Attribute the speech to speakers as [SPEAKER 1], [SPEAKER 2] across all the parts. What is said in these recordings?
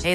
[SPEAKER 1] Hey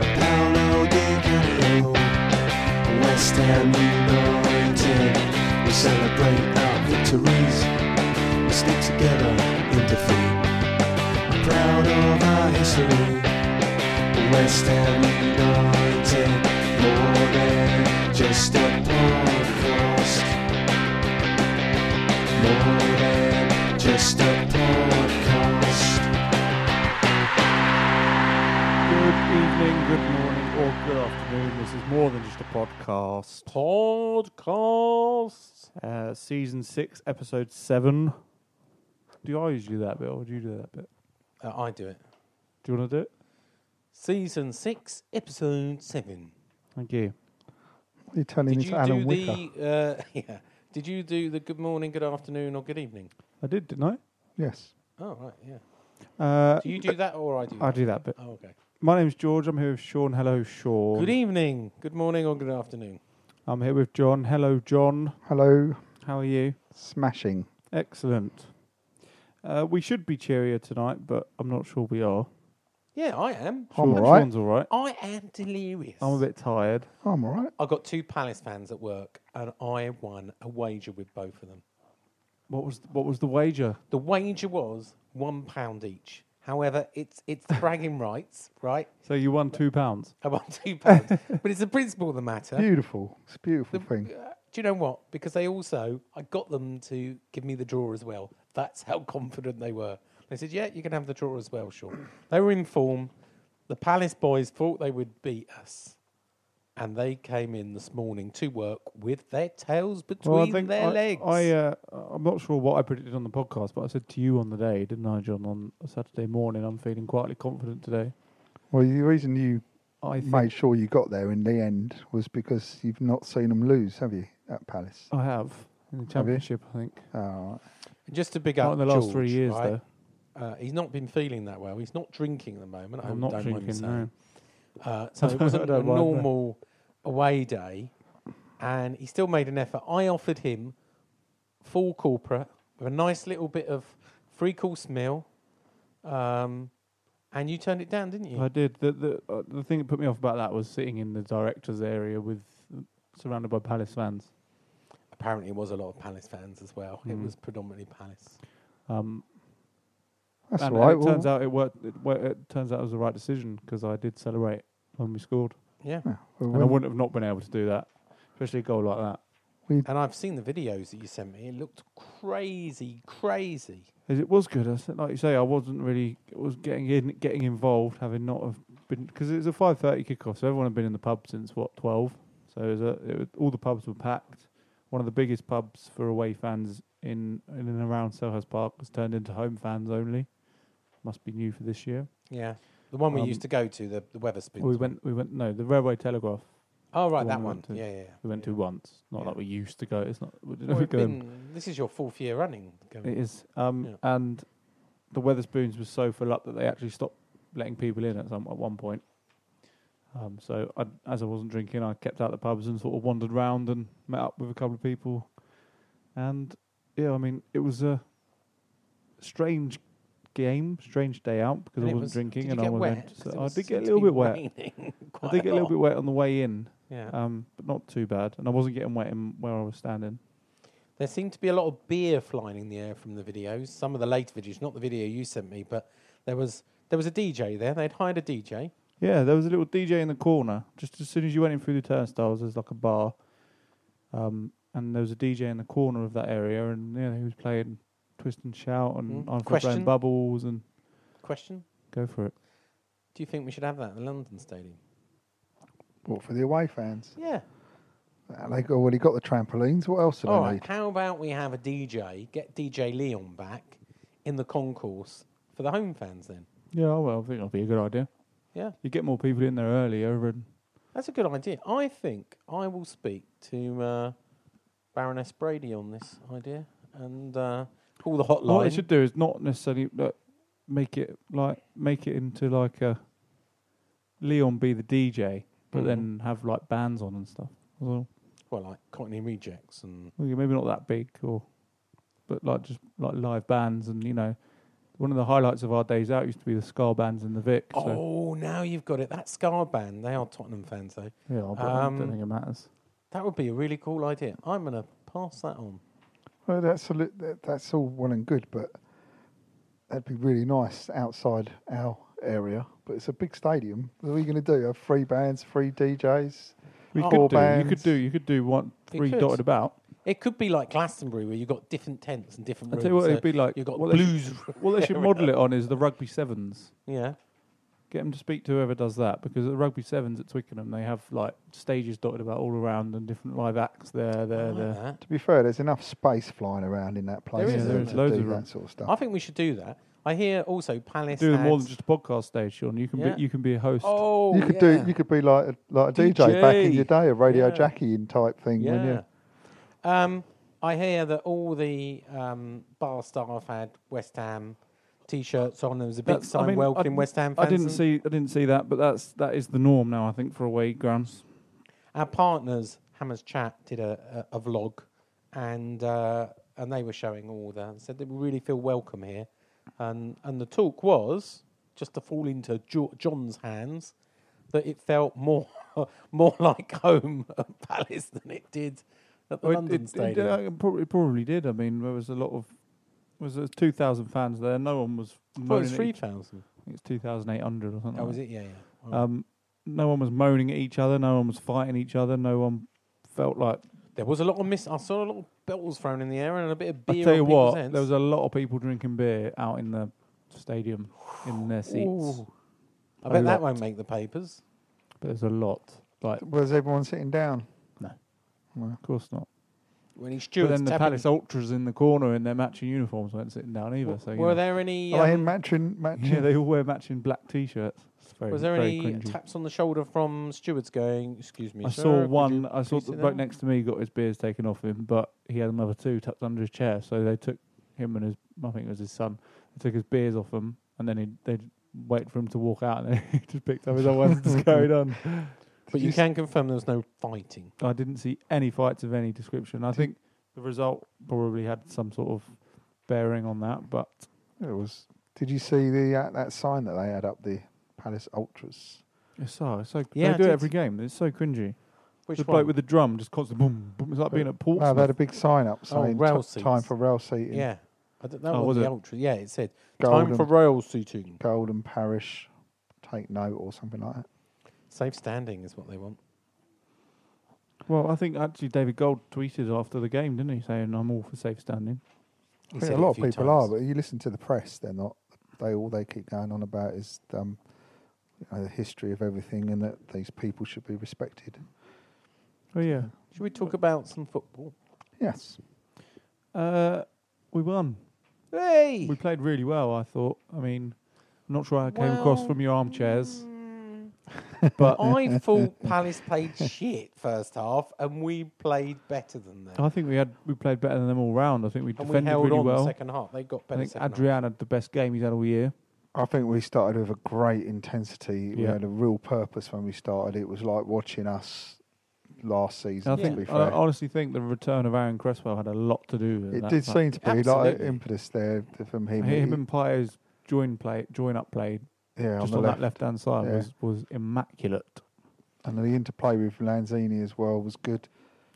[SPEAKER 2] a Paolo Di Canio, West Ham United. We celebrate our victories, we stick together in defeat. I'm proud of our history, West Ham United, more than just a podcast. More than just a podcast.
[SPEAKER 3] Good evening, good morning, or good afternoon. This is more than just a podcast.
[SPEAKER 4] podcast.
[SPEAKER 3] Uh, season six, episode seven. Do I usually do that bit, or do you do that bit?
[SPEAKER 4] Uh, I do it.
[SPEAKER 3] Do you want to do it?
[SPEAKER 4] Season six, episode seven.
[SPEAKER 3] Thank you.
[SPEAKER 5] You're turning
[SPEAKER 4] Did you
[SPEAKER 5] into Alan
[SPEAKER 4] do
[SPEAKER 5] Wicker.
[SPEAKER 4] the? Uh, yeah. Did you do the good morning, good afternoon, or good evening?
[SPEAKER 3] I did, didn't
[SPEAKER 5] Yes.
[SPEAKER 4] Oh right, yeah.
[SPEAKER 3] I? Uh,
[SPEAKER 4] Do you do that or I do?
[SPEAKER 3] I
[SPEAKER 4] that?
[SPEAKER 3] do that bit.
[SPEAKER 4] Oh okay.
[SPEAKER 3] My name's George. I'm here with Sean. Hello, Sean.
[SPEAKER 4] Good e- evening, good morning, or good afternoon.
[SPEAKER 3] I'm here with John. Hello, John.
[SPEAKER 5] Hello,
[SPEAKER 3] How are you?
[SPEAKER 5] smashing.
[SPEAKER 3] Excellent. Uh, we should be cheerier tonight, but I'm not sure we are.
[SPEAKER 4] Yeah, I am.
[SPEAKER 5] I'm
[SPEAKER 3] Sean-
[SPEAKER 5] all right.
[SPEAKER 3] Sean's all right.
[SPEAKER 4] I am delirious.
[SPEAKER 3] I'm a bit tired.
[SPEAKER 5] Oh, I'm all right.
[SPEAKER 4] I got two Palace fans at work, and I won a wager with both of them.
[SPEAKER 3] What was what was the wager?
[SPEAKER 4] The wager was one pound each. However, it's it's the bragging rights, right?
[SPEAKER 3] So you won two pounds.
[SPEAKER 4] I won two pounds, but it's the principle of the matter.
[SPEAKER 5] Beautiful. It's a beautiful thing.
[SPEAKER 4] Uh, do you know what? Because they also, I got them to give me the draw as well. That's how confident they were. They said, "Yeah, you can have the draw as well, sure." they were in form. The Palace boys thought they would beat us, and they came in this morning to work with their tails between their
[SPEAKER 3] I,
[SPEAKER 4] legs.
[SPEAKER 3] I uh, I'm not sure what I predicted on the podcast, but I said to you on the day, didn't I, John? On a Saturday morning, I'm feeling quietly confident today.
[SPEAKER 5] Well, the reason you
[SPEAKER 3] I think
[SPEAKER 5] made sure you got there in the end was because you've not seen them lose, have you, at Palace?
[SPEAKER 3] I have in the championship. I think
[SPEAKER 5] Oh,
[SPEAKER 4] Just to big
[SPEAKER 3] not
[SPEAKER 4] up
[SPEAKER 3] in the last three
[SPEAKER 4] George,
[SPEAKER 3] years
[SPEAKER 4] right?
[SPEAKER 3] though.
[SPEAKER 4] Uh, he's not been feeling that well. He's not drinking at the moment. I
[SPEAKER 3] I'm
[SPEAKER 4] hope
[SPEAKER 3] not
[SPEAKER 4] you don't mind me
[SPEAKER 3] drinking.
[SPEAKER 4] saying.
[SPEAKER 3] No.
[SPEAKER 4] Uh, so it
[SPEAKER 3] don't- I
[SPEAKER 4] wasn't a
[SPEAKER 3] don't mind that.
[SPEAKER 4] normal away day, and he still made an effort. I offered him full corporate with a nice little bit of free course meal, um, and you turned it down, didn't you?
[SPEAKER 3] I did. The the uh, the thing that put me off about that was sitting in the directors area with surrounded by Palace fans.
[SPEAKER 4] Apparently, it was a lot of Palace fans as well. It
[SPEAKER 3] Mm.
[SPEAKER 4] was predominantly Palace.
[SPEAKER 3] Um,
[SPEAKER 5] that's all
[SPEAKER 3] and
[SPEAKER 5] right.
[SPEAKER 3] It
[SPEAKER 5] well,
[SPEAKER 3] turns out it worked. It, wor- it turns out it was the right decision because I did celebrate when we scored,
[SPEAKER 4] Yeah,
[SPEAKER 5] well,
[SPEAKER 3] and I wouldn't have not been able to do that, especially a goal like that.
[SPEAKER 4] and I've seen the videos that you sent me. It looked crazy, crazy.
[SPEAKER 3] As it was good. I said, like you say, I wasn't really was getting in, getting involved, having not have been because it was a five thirty kickoff, so everyone had been in the pub since what twelve. So it was a, it was, all the pubs were packed. One of the biggest pubs for away fans in in and around Selhurst Park was turned into home fans only. Must be new for this year.
[SPEAKER 4] Yeah, the one we
[SPEAKER 3] Um,
[SPEAKER 4] used to go to, the the Weatherspoons.
[SPEAKER 3] we went, we went. No, the Railway Telegraph
[SPEAKER 4] Oh right,
[SPEAKER 3] the
[SPEAKER 4] that
[SPEAKER 3] one
[SPEAKER 4] one.
[SPEAKER 3] we
[SPEAKER 4] Yeah,
[SPEAKER 3] went
[SPEAKER 4] yeah. yeah.
[SPEAKER 3] we went
[SPEAKER 4] Yeah.
[SPEAKER 3] to once. Not
[SPEAKER 4] Yeah.
[SPEAKER 3] that we used to go. It's not. We didn't
[SPEAKER 4] Well,
[SPEAKER 3] ever
[SPEAKER 4] it's
[SPEAKER 3] go.
[SPEAKER 4] been- this is your fourth year running. Going.
[SPEAKER 3] It is. Um,
[SPEAKER 4] Yeah.
[SPEAKER 3] And the Weatherspoons was so full up that they actually stopped letting people in at some at one point. Um, so I, as I wasn't drinking, I kept out the pubs and sort of wandered round and met up with a couple of people. And yeah, I mean, it was a strange game, strange day out because
[SPEAKER 4] And
[SPEAKER 3] I
[SPEAKER 4] it
[SPEAKER 3] wasn't
[SPEAKER 4] was-
[SPEAKER 3] drinking
[SPEAKER 4] did
[SPEAKER 3] and
[SPEAKER 4] you
[SPEAKER 3] I
[SPEAKER 4] get
[SPEAKER 3] was
[SPEAKER 4] wet?
[SPEAKER 3] meant to-
[SPEAKER 4] 'Cause it
[SPEAKER 3] I
[SPEAKER 4] was-
[SPEAKER 3] did get a little
[SPEAKER 4] seemed to be
[SPEAKER 3] bit wet.
[SPEAKER 4] raining
[SPEAKER 3] I
[SPEAKER 4] quite
[SPEAKER 3] did get a little
[SPEAKER 4] lot.
[SPEAKER 3] bit wet on the way in,
[SPEAKER 4] Yeah.
[SPEAKER 3] um, but not too bad. And I wasn't getting wet in where I was standing.
[SPEAKER 4] There seemed to be a lot of beer flying in the air from the videos. Some of the late videos, not the video you sent me, but there was there was a DJ there. They'd hired a DJ.
[SPEAKER 3] Yeah, there was a little DJ in the corner. Just as soon as you went in through the turnstiles, there's like a bar, um, and there was a DJ in the corner of that area, and yeah, he was playing Twist and Shout and
[SPEAKER 4] Mm.
[SPEAKER 3] I'm
[SPEAKER 4] Question?
[SPEAKER 3] playing Bubbles and
[SPEAKER 4] Question:
[SPEAKER 3] go for it.
[SPEAKER 4] Do you think we should have that in the London Stadium?
[SPEAKER 5] What for the away fans?
[SPEAKER 4] Yeah.
[SPEAKER 5] Uh, They go, well, he got the trampolines. What else do
[SPEAKER 4] All
[SPEAKER 3] Oh,
[SPEAKER 5] they
[SPEAKER 4] right.
[SPEAKER 5] need?
[SPEAKER 4] How about we have a DJ? Get DJ Leon back in the concourse for the home fans. Then.
[SPEAKER 3] Yeah, oh, well, I think that'd be a good idea.
[SPEAKER 4] Yeah.
[SPEAKER 3] You get more people in there earlier, and
[SPEAKER 4] That's a good idea. I think I will speak to uh, Baroness Brady on this idea and uh, call the hotline.
[SPEAKER 3] what they should do is not necessarily like, make it like make it into like a Leon be the DJ, but
[SPEAKER 4] Mhm.
[SPEAKER 3] then have like bands on and stuff. as Well,
[SPEAKER 4] well, like Cockney Rejects and
[SPEAKER 3] Well, yeah, maybe not that big, or but like just like live bands, and you know, one of the highlights of our days out used to be the ska bands in the Vic. So
[SPEAKER 4] oh, now you've got it. That Scar band. They are Tottenham fans though.
[SPEAKER 3] yeah, I bet- I
[SPEAKER 4] Um,
[SPEAKER 3] don't think it matters.
[SPEAKER 4] That would be a really cool idea. I'm gonna pass that on.
[SPEAKER 5] Well, that's a li- that, that's all well and good, but that'd be really nice outside our area. But it's a big stadium. What are we going to do? Have three bands, three DJs?
[SPEAKER 3] We
[SPEAKER 5] Oh.
[SPEAKER 3] could
[SPEAKER 5] Four
[SPEAKER 3] do. You could
[SPEAKER 5] bands.
[SPEAKER 3] do. You could do one
[SPEAKER 4] You
[SPEAKER 3] three
[SPEAKER 4] could.
[SPEAKER 3] dotted about.
[SPEAKER 4] It could be like Glastonbury where you've got different tents and different
[SPEAKER 3] I
[SPEAKER 4] rooms.
[SPEAKER 3] tell you what,
[SPEAKER 4] so
[SPEAKER 3] it'd be like.
[SPEAKER 4] you've got
[SPEAKER 3] what They
[SPEAKER 4] blues.
[SPEAKER 3] should, what they should model it on is the rugby sevens.
[SPEAKER 4] yeah.
[SPEAKER 3] Get them to speak to whoever does that because at the rugby sevens at Twickenham they have like stages dotted about all around and different live acts there,
[SPEAKER 4] I
[SPEAKER 3] there,
[SPEAKER 4] like
[SPEAKER 3] there.
[SPEAKER 4] that.
[SPEAKER 5] To be fair, there's enough space flying around in that place.
[SPEAKER 4] is,
[SPEAKER 5] isn't
[SPEAKER 4] there
[SPEAKER 5] there,
[SPEAKER 4] is
[SPEAKER 5] to
[SPEAKER 3] loads
[SPEAKER 5] do
[SPEAKER 3] of room.
[SPEAKER 5] that sort of
[SPEAKER 4] I
[SPEAKER 5] stuff.
[SPEAKER 4] think we should do that. I hear also Palace.
[SPEAKER 3] Do them more than
[SPEAKER 4] has-
[SPEAKER 3] just a podcast stage, Sean. You can
[SPEAKER 4] Yeah.
[SPEAKER 3] be. You can be a host.
[SPEAKER 4] Oh,
[SPEAKER 5] you could
[SPEAKER 4] yeah.
[SPEAKER 5] do. You could be like a, like a DJ, back in
[SPEAKER 3] DJ.
[SPEAKER 5] your day, a radio
[SPEAKER 4] Yeah.
[SPEAKER 5] jockey in type thing. wouldn't
[SPEAKER 4] Yeah.
[SPEAKER 5] you?
[SPEAKER 4] Um, I hear that all the um, bar staff had West Ham t-shirts on. There was a big
[SPEAKER 3] That's- I
[SPEAKER 4] sign
[SPEAKER 3] mean,
[SPEAKER 4] welcoming
[SPEAKER 3] I-
[SPEAKER 4] West Ham fans.
[SPEAKER 3] I didn't
[SPEAKER 4] and
[SPEAKER 3] see. I didn't see that, but that's that is the norm now. I think for away grounds.
[SPEAKER 4] Our partners, Hammers Chat, did a, a, a vlog, and uh, and they were showing all that and said that we really feel welcome here, and and the talk was just to fall into jo- John's hands that it felt more more like home at Palace than it did at the
[SPEAKER 3] Well, it-
[SPEAKER 4] London
[SPEAKER 3] it, it,
[SPEAKER 4] Stadium.
[SPEAKER 3] uh, it probably, it probably did. I mean, there was a lot of was there two thousand fans there. No one was.
[SPEAKER 4] well, it
[SPEAKER 3] Moaning
[SPEAKER 4] was
[SPEAKER 3] at
[SPEAKER 4] three
[SPEAKER 3] each-
[SPEAKER 4] thousand.
[SPEAKER 3] I think it's two thousand eight hundred or something.
[SPEAKER 4] Oh,
[SPEAKER 3] like
[SPEAKER 4] was
[SPEAKER 3] that.
[SPEAKER 4] it? Yeah, yeah. Oh.
[SPEAKER 3] Um, no one was moaning at each other. No one was fighting each other. No one felt like.
[SPEAKER 4] There was a lot of miss. I saw a lot of bottles thrown in the air and a bit of beer.
[SPEAKER 3] I tell
[SPEAKER 4] on
[SPEAKER 3] you
[SPEAKER 4] people's
[SPEAKER 3] what,
[SPEAKER 4] heads.
[SPEAKER 3] there was a lot of people drinking beer out in the stadium in their seats.
[SPEAKER 4] Ooh. I
[SPEAKER 3] a
[SPEAKER 4] bet
[SPEAKER 3] lot.
[SPEAKER 4] that won't make the papers.
[SPEAKER 3] But there's a lot. Like, of
[SPEAKER 5] Was everyone sitting down?
[SPEAKER 3] course not.
[SPEAKER 4] When he
[SPEAKER 3] But
[SPEAKER 4] stewards
[SPEAKER 3] then the
[SPEAKER 4] tapping-
[SPEAKER 3] Palace ultras in the corner in their matching uniforms weren't sitting down either. So you
[SPEAKER 4] were
[SPEAKER 3] know. Oh,
[SPEAKER 4] there any?
[SPEAKER 5] Are they
[SPEAKER 4] um,
[SPEAKER 5] in matching?
[SPEAKER 3] Yeah,
[SPEAKER 5] Matching?
[SPEAKER 3] they all wear matching black t-shirts. It's very-
[SPEAKER 4] was there
[SPEAKER 3] very
[SPEAKER 4] any
[SPEAKER 3] cringy.
[SPEAKER 4] taps on the shoulder from stewards going? Excuse me.
[SPEAKER 3] I
[SPEAKER 4] sir,
[SPEAKER 3] saw
[SPEAKER 4] could
[SPEAKER 3] one.
[SPEAKER 4] you
[SPEAKER 3] I saw
[SPEAKER 4] please
[SPEAKER 3] the
[SPEAKER 4] sit
[SPEAKER 3] bloke
[SPEAKER 4] down?"
[SPEAKER 3] next to me got his beers taken off him, but he had another two tucked under his chair. So they took him and his, I think it was his son, they took his beers off him, and then he they wait for him to walk out, and then he just picked up his own one and just carried on.
[SPEAKER 4] But you can confirm there was no fighting.
[SPEAKER 3] I didn't see any fights of any description. I think the result probably had some sort of bearing on that, but
[SPEAKER 5] It was. Did you see the uh, that sign that they had up the Palace Ultras?
[SPEAKER 3] it's so it's so
[SPEAKER 4] Yeah, I
[SPEAKER 3] they do
[SPEAKER 4] did.
[SPEAKER 3] it every game. It's so cringy.
[SPEAKER 4] Which
[SPEAKER 3] the
[SPEAKER 4] one?
[SPEAKER 3] bloke with the drum just constantly boom, boom. It's like being at Portsmouth.
[SPEAKER 5] No, they had a big sign up
[SPEAKER 4] Oh,
[SPEAKER 5] saying
[SPEAKER 4] rail
[SPEAKER 5] t- time
[SPEAKER 4] seats.
[SPEAKER 5] for rail seating.
[SPEAKER 4] yeah. I don't
[SPEAKER 3] Oh,
[SPEAKER 4] know.
[SPEAKER 3] was
[SPEAKER 4] the
[SPEAKER 3] it?
[SPEAKER 4] ultra? Yeah, it said time
[SPEAKER 5] Golden.
[SPEAKER 4] for royal suiting.
[SPEAKER 5] Golden Parish, take note or something like that.
[SPEAKER 4] Safe standing is what they want.
[SPEAKER 3] Well, I think actually David Gold tweeted after the game, didn't he, saying I'm all for safe standing.
[SPEAKER 4] He
[SPEAKER 5] I think
[SPEAKER 4] said
[SPEAKER 5] a
[SPEAKER 4] it
[SPEAKER 5] lot of
[SPEAKER 4] few
[SPEAKER 5] people
[SPEAKER 4] times.
[SPEAKER 5] are, but you listen to the press, they're not. They all they keep going on about is um, you know, the history of everything and that these people should be respected.
[SPEAKER 3] Oh yeah,
[SPEAKER 4] Should we talk about some football?
[SPEAKER 5] Yes,
[SPEAKER 3] uh, we won.
[SPEAKER 4] Hey.
[SPEAKER 3] We played really well. I thought. I mean, I'm not sure how I came across
[SPEAKER 4] Well,
[SPEAKER 3] from your armchairs,
[SPEAKER 4] mm,
[SPEAKER 3] but
[SPEAKER 4] I thought Palace played shit first half, and we played better than them.
[SPEAKER 3] I think we had we played better than them all round. I think we
[SPEAKER 4] and we
[SPEAKER 3] defended
[SPEAKER 4] held
[SPEAKER 3] really
[SPEAKER 4] on the
[SPEAKER 3] well.
[SPEAKER 4] second half. They got
[SPEAKER 3] I
[SPEAKER 4] better.
[SPEAKER 3] think
[SPEAKER 4] second half.
[SPEAKER 3] Adrian had the best game he's had all year.
[SPEAKER 5] I think we started with a great intensity. We
[SPEAKER 3] Yeah.
[SPEAKER 5] had a real purpose when we started. It was like watching us last season.
[SPEAKER 3] And I
[SPEAKER 4] Yeah.
[SPEAKER 5] to be
[SPEAKER 3] think I
[SPEAKER 5] fair.
[SPEAKER 3] honestly think the return of Aaron Cresswell had a lot to do with
[SPEAKER 5] It
[SPEAKER 3] that
[SPEAKER 5] did
[SPEAKER 3] fact.
[SPEAKER 5] seem to be like
[SPEAKER 4] Absolutely.
[SPEAKER 5] impetus there th- from him.
[SPEAKER 3] Him
[SPEAKER 5] He-
[SPEAKER 3] and Pio's join play, join up play,
[SPEAKER 5] Yeah,
[SPEAKER 3] just
[SPEAKER 5] on
[SPEAKER 3] on
[SPEAKER 5] the
[SPEAKER 3] that left hand side
[SPEAKER 5] Yeah.
[SPEAKER 3] was was immaculate.
[SPEAKER 5] And the interplay with Lanzini as well was good.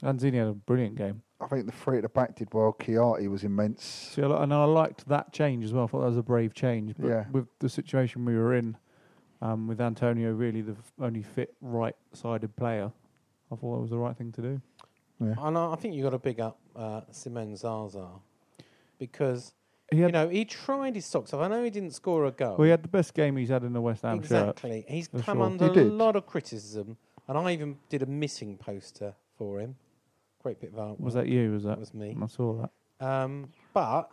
[SPEAKER 3] Lanzini had a brilliant game.
[SPEAKER 5] I think the three at the back did well. Chiarti was immense.
[SPEAKER 3] See, I li- and I liked that change as well. I thought that was a brave change. But
[SPEAKER 5] Yeah.
[SPEAKER 3] with the situation we were in, um, with Antonio really the f- only fit right-sided player, I thought that was the right thing to do.
[SPEAKER 4] And I I think you got to big up uh, Simone Zaza because
[SPEAKER 3] He
[SPEAKER 4] you
[SPEAKER 3] had,
[SPEAKER 4] know he tried his socks off. I know he didn't score a goal.
[SPEAKER 3] well, he had the best game he's had in the West Ham shirt.
[SPEAKER 4] exactly. He's
[SPEAKER 3] for
[SPEAKER 4] come
[SPEAKER 3] sure.
[SPEAKER 4] under
[SPEAKER 5] He
[SPEAKER 4] a
[SPEAKER 5] did.
[SPEAKER 4] lot of criticism, and I even did a missing poster for him. Great bit of art.
[SPEAKER 3] Was that you? Was that?
[SPEAKER 4] was me.
[SPEAKER 3] I saw that.
[SPEAKER 4] Um, but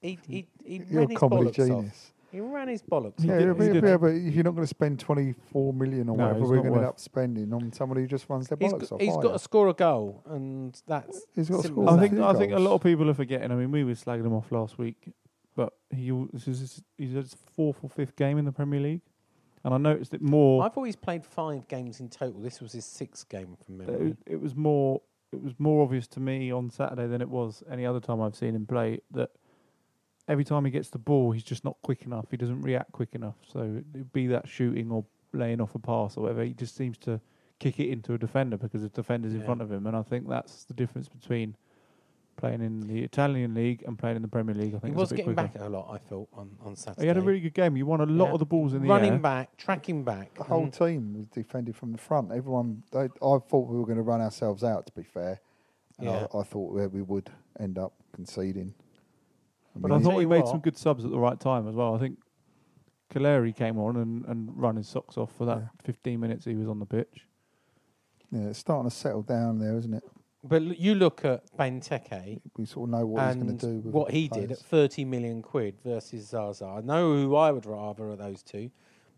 [SPEAKER 4] he he he
[SPEAKER 5] You're
[SPEAKER 4] ran
[SPEAKER 5] a
[SPEAKER 4] his
[SPEAKER 5] comedy
[SPEAKER 4] bollocks off.
[SPEAKER 5] genius.
[SPEAKER 4] He ran his bollocks
[SPEAKER 5] Yeah,
[SPEAKER 4] off.
[SPEAKER 3] did-
[SPEAKER 5] yeah, but,
[SPEAKER 3] he did.
[SPEAKER 5] yeah, but if you're not going to spend 24 million or
[SPEAKER 3] No,
[SPEAKER 5] whatever
[SPEAKER 3] it's
[SPEAKER 5] we're
[SPEAKER 3] not
[SPEAKER 5] going to end
[SPEAKER 3] worth-
[SPEAKER 5] up spending on somebody who just runs their
[SPEAKER 4] He's
[SPEAKER 5] bollocks
[SPEAKER 4] got,
[SPEAKER 5] off.
[SPEAKER 4] he's
[SPEAKER 5] are
[SPEAKER 4] got
[SPEAKER 5] you?
[SPEAKER 4] to score a goal, and that's
[SPEAKER 5] He's got to
[SPEAKER 4] simple
[SPEAKER 5] score
[SPEAKER 4] as
[SPEAKER 3] I
[SPEAKER 5] Well,
[SPEAKER 3] think
[SPEAKER 4] that.
[SPEAKER 5] two
[SPEAKER 3] I think a
[SPEAKER 5] goals.
[SPEAKER 3] lot of people are forgetting. I mean, we were slagging him off last week, but he al- this is his, he's his fourth or fifth game in the Premier League, and I noticed it more.
[SPEAKER 4] I've always played five games in total. This was his sixth game from
[SPEAKER 3] that It,
[SPEAKER 4] memory.
[SPEAKER 3] it was more it was more obvious to me on Saturday than it was any other time I've seen him play that every time he gets the ball, he's just not quick enough. He doesn't react quick enough. So it, be that shooting or laying off a pass or whatever, he just seems to kick it into a defender because the defender's in
[SPEAKER 4] Yeah.
[SPEAKER 3] front of him, and I think that's the difference between. Playing in the Italian league and playing in the Premier League, I think
[SPEAKER 4] He
[SPEAKER 3] it's
[SPEAKER 4] was
[SPEAKER 3] a bit
[SPEAKER 4] getting
[SPEAKER 3] quicker.
[SPEAKER 4] back a lot. I felt on on Saturday.
[SPEAKER 3] He had a really good game. He won a lot
[SPEAKER 4] Yeah.
[SPEAKER 3] of the balls in the
[SPEAKER 4] running
[SPEAKER 3] air.
[SPEAKER 4] back, tracking back.
[SPEAKER 5] The whole
[SPEAKER 3] Mm.
[SPEAKER 4] and
[SPEAKER 5] team was defended from the front. Everyone, they, I thought we were going to run ourselves out. To be fair, and
[SPEAKER 4] Yeah.
[SPEAKER 5] I, I thought we, we would end up conceding.
[SPEAKER 3] But
[SPEAKER 5] mean,
[SPEAKER 3] I
[SPEAKER 4] Tell
[SPEAKER 3] thought he
[SPEAKER 4] you
[SPEAKER 3] made
[SPEAKER 4] what.
[SPEAKER 3] some good subs at the right time as well. I think Kaleri came on and, and run his socks off for that 15 minutes he was on the pitch.
[SPEAKER 5] yeah, it's starting to settle down there, isn't it?
[SPEAKER 4] But l- you look at Benteke
[SPEAKER 5] We sort of know what he's going
[SPEAKER 4] and
[SPEAKER 5] to do. With
[SPEAKER 4] what
[SPEAKER 5] the
[SPEAKER 4] he did at
[SPEAKER 5] players.
[SPEAKER 4] 30 million quid versus Zaza. I know who I would rather of those two.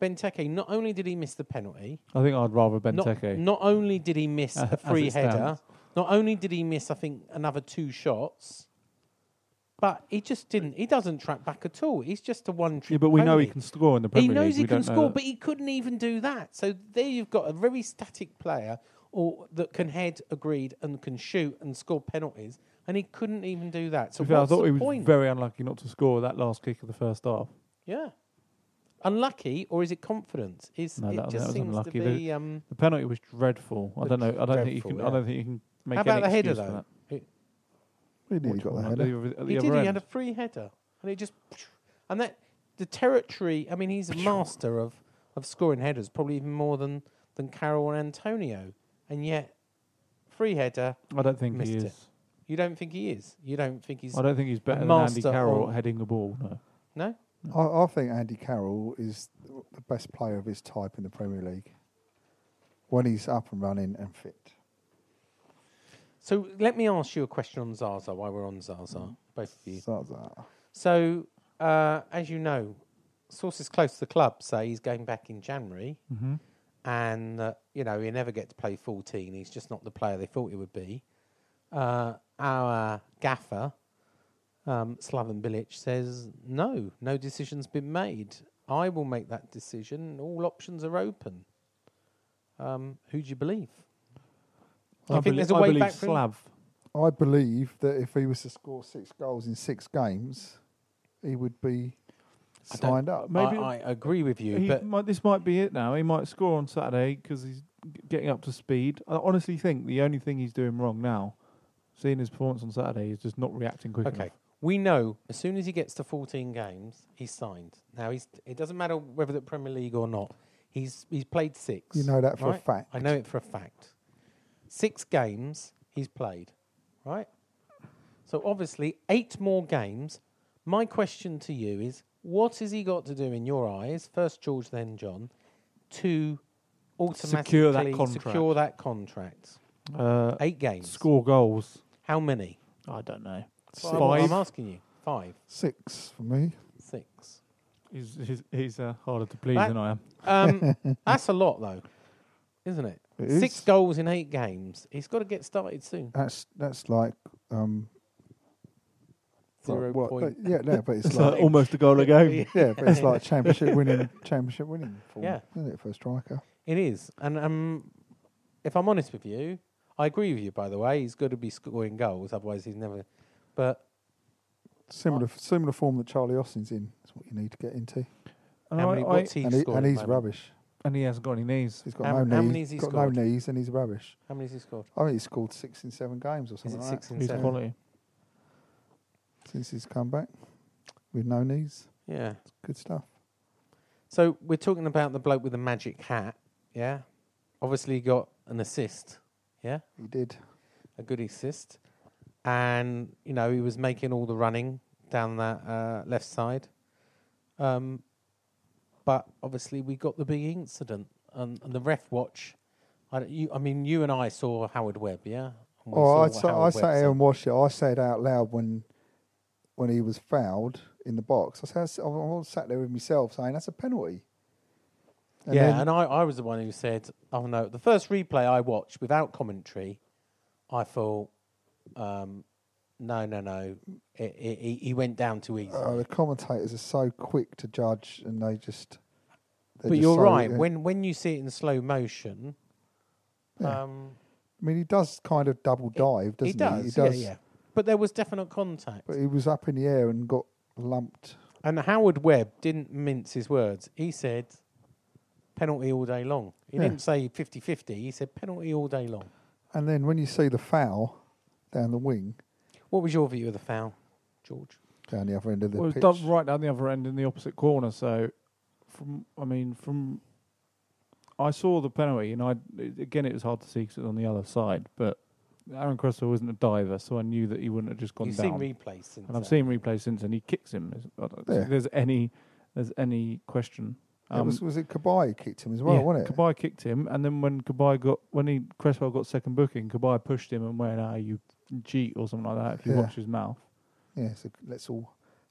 [SPEAKER 4] Benteke, not only did he miss the penalty,
[SPEAKER 3] I think I'd rather
[SPEAKER 4] not-
[SPEAKER 3] Benteke.
[SPEAKER 4] Not, only did he miss
[SPEAKER 3] As
[SPEAKER 4] a free
[SPEAKER 3] it
[SPEAKER 4] header,
[SPEAKER 3] stands.
[SPEAKER 4] not only did he miss, I think, another two shots, but he just didn't. He doesn't track back at all. He's just a one trick.
[SPEAKER 3] yeah, but we know he
[SPEAKER 4] pony.
[SPEAKER 3] can score in the
[SPEAKER 4] He
[SPEAKER 3] Premier League.
[SPEAKER 4] knows he
[SPEAKER 3] We
[SPEAKER 4] can
[SPEAKER 3] don't know
[SPEAKER 4] score,
[SPEAKER 3] that.
[SPEAKER 4] but he couldn't even do that. So there you've got a very static player or that can head agreed and can shoot and score penalties, and he couldn't even do that.
[SPEAKER 3] To
[SPEAKER 4] So
[SPEAKER 3] be fair, I
[SPEAKER 4] what's
[SPEAKER 3] thought
[SPEAKER 4] the
[SPEAKER 3] he was
[SPEAKER 4] point?
[SPEAKER 3] very unlucky not to score that last kick of the first half.
[SPEAKER 4] yeah, unlucky or is it confidence? Is
[SPEAKER 3] No,
[SPEAKER 4] it
[SPEAKER 3] that was-
[SPEAKER 4] just
[SPEAKER 3] that was
[SPEAKER 4] seems
[SPEAKER 3] unlucky.
[SPEAKER 4] to
[SPEAKER 3] The-
[SPEAKER 4] be? Um,
[SPEAKER 3] The penalty was dreadful. I
[SPEAKER 4] It
[SPEAKER 3] don't know. I don't think you
[SPEAKER 4] dreadful,
[SPEAKER 3] can.
[SPEAKER 4] yeah.
[SPEAKER 3] I don't think you can make
[SPEAKER 4] how about the
[SPEAKER 3] any
[SPEAKER 4] header
[SPEAKER 3] excuse for
[SPEAKER 4] though? It-
[SPEAKER 5] he
[SPEAKER 3] that.
[SPEAKER 5] nearly got the
[SPEAKER 3] At
[SPEAKER 5] header.
[SPEAKER 3] at the
[SPEAKER 4] he
[SPEAKER 3] other
[SPEAKER 4] did. He
[SPEAKER 3] end.
[SPEAKER 4] had a free header, and he just and that the territory. I mean, he's a master of of scoring headers, probably even more than than Carroll and Antonio, and yet free header.
[SPEAKER 3] I don't think he is.
[SPEAKER 4] missed it. You don't think he is? You don't think he's
[SPEAKER 3] I don't think he's better than Andy
[SPEAKER 4] master
[SPEAKER 3] Carroll
[SPEAKER 4] on-
[SPEAKER 3] at heading the ball. No.
[SPEAKER 4] no?
[SPEAKER 5] I, I think Andy Carroll is the best player of his type in the Premier League when he's up and running and fit.
[SPEAKER 4] So let me ask you a question on Zaza while we're on Zaza, both of you.
[SPEAKER 5] So that's that.
[SPEAKER 4] So uh, as you know, sources close to the club say he's going back in January,
[SPEAKER 3] Mm-hmm.
[SPEAKER 4] and uh, you know he never get to play 14. He's just not the player they thought he would be. Uh, our gaffer, um, Slaven Bilic, says no, no decision's been made. I will make that decision. All options are open. Um, who do you believe? I think
[SPEAKER 3] belie-
[SPEAKER 4] there's a
[SPEAKER 3] I
[SPEAKER 4] way
[SPEAKER 3] believe
[SPEAKER 4] back for him.
[SPEAKER 3] Slav.
[SPEAKER 5] I believe that if he was to score six goals in six games, he would be
[SPEAKER 4] I don't-
[SPEAKER 5] signed up.
[SPEAKER 3] Maybe-
[SPEAKER 4] I, I agree with you,
[SPEAKER 3] He
[SPEAKER 4] but
[SPEAKER 3] might, this might be it now. He might score on Saturday because he's g- getting up to speed. I honestly think the only thing he's doing wrong now, seeing his performance on Saturday, is just not reacting quick
[SPEAKER 4] Okay.
[SPEAKER 3] enough.
[SPEAKER 4] We know as soon as he gets to 14 games, he's signed. Now he's it doesn't matter whether the Premier League or not. He's he's played 6.
[SPEAKER 5] You know that for a
[SPEAKER 4] right?
[SPEAKER 5] fact.
[SPEAKER 4] I know it for a fact. 6 games he's played, right? So obviously 8 more games. My question to you is what has he got to do in your eyes, first George then John, to automatically
[SPEAKER 3] Secure that contract.
[SPEAKER 4] secure that contract?
[SPEAKER 3] Uh,
[SPEAKER 4] 8 games.
[SPEAKER 3] score goals.
[SPEAKER 4] How many?
[SPEAKER 3] I don't know.
[SPEAKER 4] Well, I'm- I'm
[SPEAKER 3] Five
[SPEAKER 4] asking you. 5,
[SPEAKER 5] Six for me.
[SPEAKER 4] 6.
[SPEAKER 3] is he's, he's uh, harder to please
[SPEAKER 4] That-
[SPEAKER 3] than I am.
[SPEAKER 4] Um, that's a lot, though, isn't it?
[SPEAKER 5] It
[SPEAKER 4] Six
[SPEAKER 5] is. Uh,
[SPEAKER 4] goals in eight games. He's got to get started soon.
[SPEAKER 5] That's that's like um like
[SPEAKER 4] Zero
[SPEAKER 5] what-
[SPEAKER 4] point.
[SPEAKER 5] yeah, no, but it's like
[SPEAKER 3] almost a goal a game.
[SPEAKER 5] yeah, but it's like championship winning championship winning form,
[SPEAKER 4] Yeah.
[SPEAKER 5] isn't it, for a striker?
[SPEAKER 4] It is, and um, if I'm honest with you, I agree with you. By the way, he's got to be scoring goals, otherwise he's never. But
[SPEAKER 5] Similar similar form that Charlie Austin's in is what you need to get into.
[SPEAKER 3] And,
[SPEAKER 4] how
[SPEAKER 3] I,
[SPEAKER 4] many,
[SPEAKER 3] I-
[SPEAKER 4] what's he
[SPEAKER 5] And, he,
[SPEAKER 4] scored
[SPEAKER 5] and
[SPEAKER 4] at
[SPEAKER 5] he's
[SPEAKER 4] the moment?
[SPEAKER 5] rubbish.
[SPEAKER 3] and he hasn't got any knees.
[SPEAKER 5] He's got
[SPEAKER 4] How-
[SPEAKER 5] no
[SPEAKER 4] how
[SPEAKER 5] knees.
[SPEAKER 4] many's he
[SPEAKER 5] got
[SPEAKER 4] scored?
[SPEAKER 5] no knees, and he's rubbish.
[SPEAKER 4] How many has he scored?
[SPEAKER 5] I think he's scored six in seven games or
[SPEAKER 4] Is
[SPEAKER 5] something
[SPEAKER 4] it
[SPEAKER 5] like
[SPEAKER 4] six
[SPEAKER 5] that
[SPEAKER 4] and
[SPEAKER 3] He's
[SPEAKER 4] seven?
[SPEAKER 3] quality.
[SPEAKER 5] since he's come back with no knees.
[SPEAKER 4] Yeah.
[SPEAKER 5] Good stuff.
[SPEAKER 4] So we're talking about the bloke with the magic hat. Yeah. Obviously, he got an assist. Yeah.
[SPEAKER 5] He did.
[SPEAKER 4] a good assist, and you know he was making all the running down that uh, left side. Um, but obviously we got the big incident, and, and the ref watch. I, don't- you, I mean, you and I saw Howard Webb, yeah. And we
[SPEAKER 5] Oh, I,
[SPEAKER 4] saw
[SPEAKER 5] sa- I
[SPEAKER 4] Howard Webb,
[SPEAKER 5] sat here
[SPEAKER 4] so-
[SPEAKER 5] and watched it. I said out loud when when he was fouled in the box. I said, I was sat there with myself saying that's a penalty. And
[SPEAKER 4] yeah,
[SPEAKER 5] then-
[SPEAKER 4] and I, I was the one who said, "Oh no!" The first replay I watched without commentary, I thought, um, "No, no, no!" It, it, he- he went down too easy.
[SPEAKER 5] Oh, the commentators are so quick to judge, and they just.
[SPEAKER 4] but
[SPEAKER 5] they're just
[SPEAKER 4] you're
[SPEAKER 5] so-
[SPEAKER 4] right.
[SPEAKER 5] uh,
[SPEAKER 4] When when you see it in slow motion,
[SPEAKER 5] Yeah.
[SPEAKER 4] um,
[SPEAKER 5] I mean, he does kind of double dive, doesn't he?
[SPEAKER 4] he does, Yeah, yeah. But there was definite contact.
[SPEAKER 5] But he was up in the air and got lumped.
[SPEAKER 4] And Howard Webb didn't mince his words. He said penalty all day long. He
[SPEAKER 5] Yeah.
[SPEAKER 4] didn't say 50 50. He said penalty all day long.
[SPEAKER 5] And then when you see the foul down the wing,
[SPEAKER 4] What was your view of the foul, George?
[SPEAKER 5] down the other end of the
[SPEAKER 3] Well, it's
[SPEAKER 5] pitch,
[SPEAKER 3] done right down the other end in the opposite corner. So, from I mean, from I saw the penalty, and I it- again it was hard to see because it was on the other side. But Aaron Cresswell isn't a diver, so I knew that he wouldn't have just gone
[SPEAKER 4] You've
[SPEAKER 3] down.
[SPEAKER 4] seen replays since.
[SPEAKER 3] and I've seen
[SPEAKER 4] then.
[SPEAKER 3] replay since, and he kicks him. There's, I don't think
[SPEAKER 5] Yeah.
[SPEAKER 3] there's any there's any question. Um,
[SPEAKER 5] It was, was it Kabai who kicked him as well, wasn't it?
[SPEAKER 3] Kabay kicked him, and then when Kabay got when he Cresswell got second booking, Kabay pushed him and went, "Ah, you cheat" or something like that. If you
[SPEAKER 5] Yeah.
[SPEAKER 3] watch his mouth,
[SPEAKER 5] Yeah, so let's all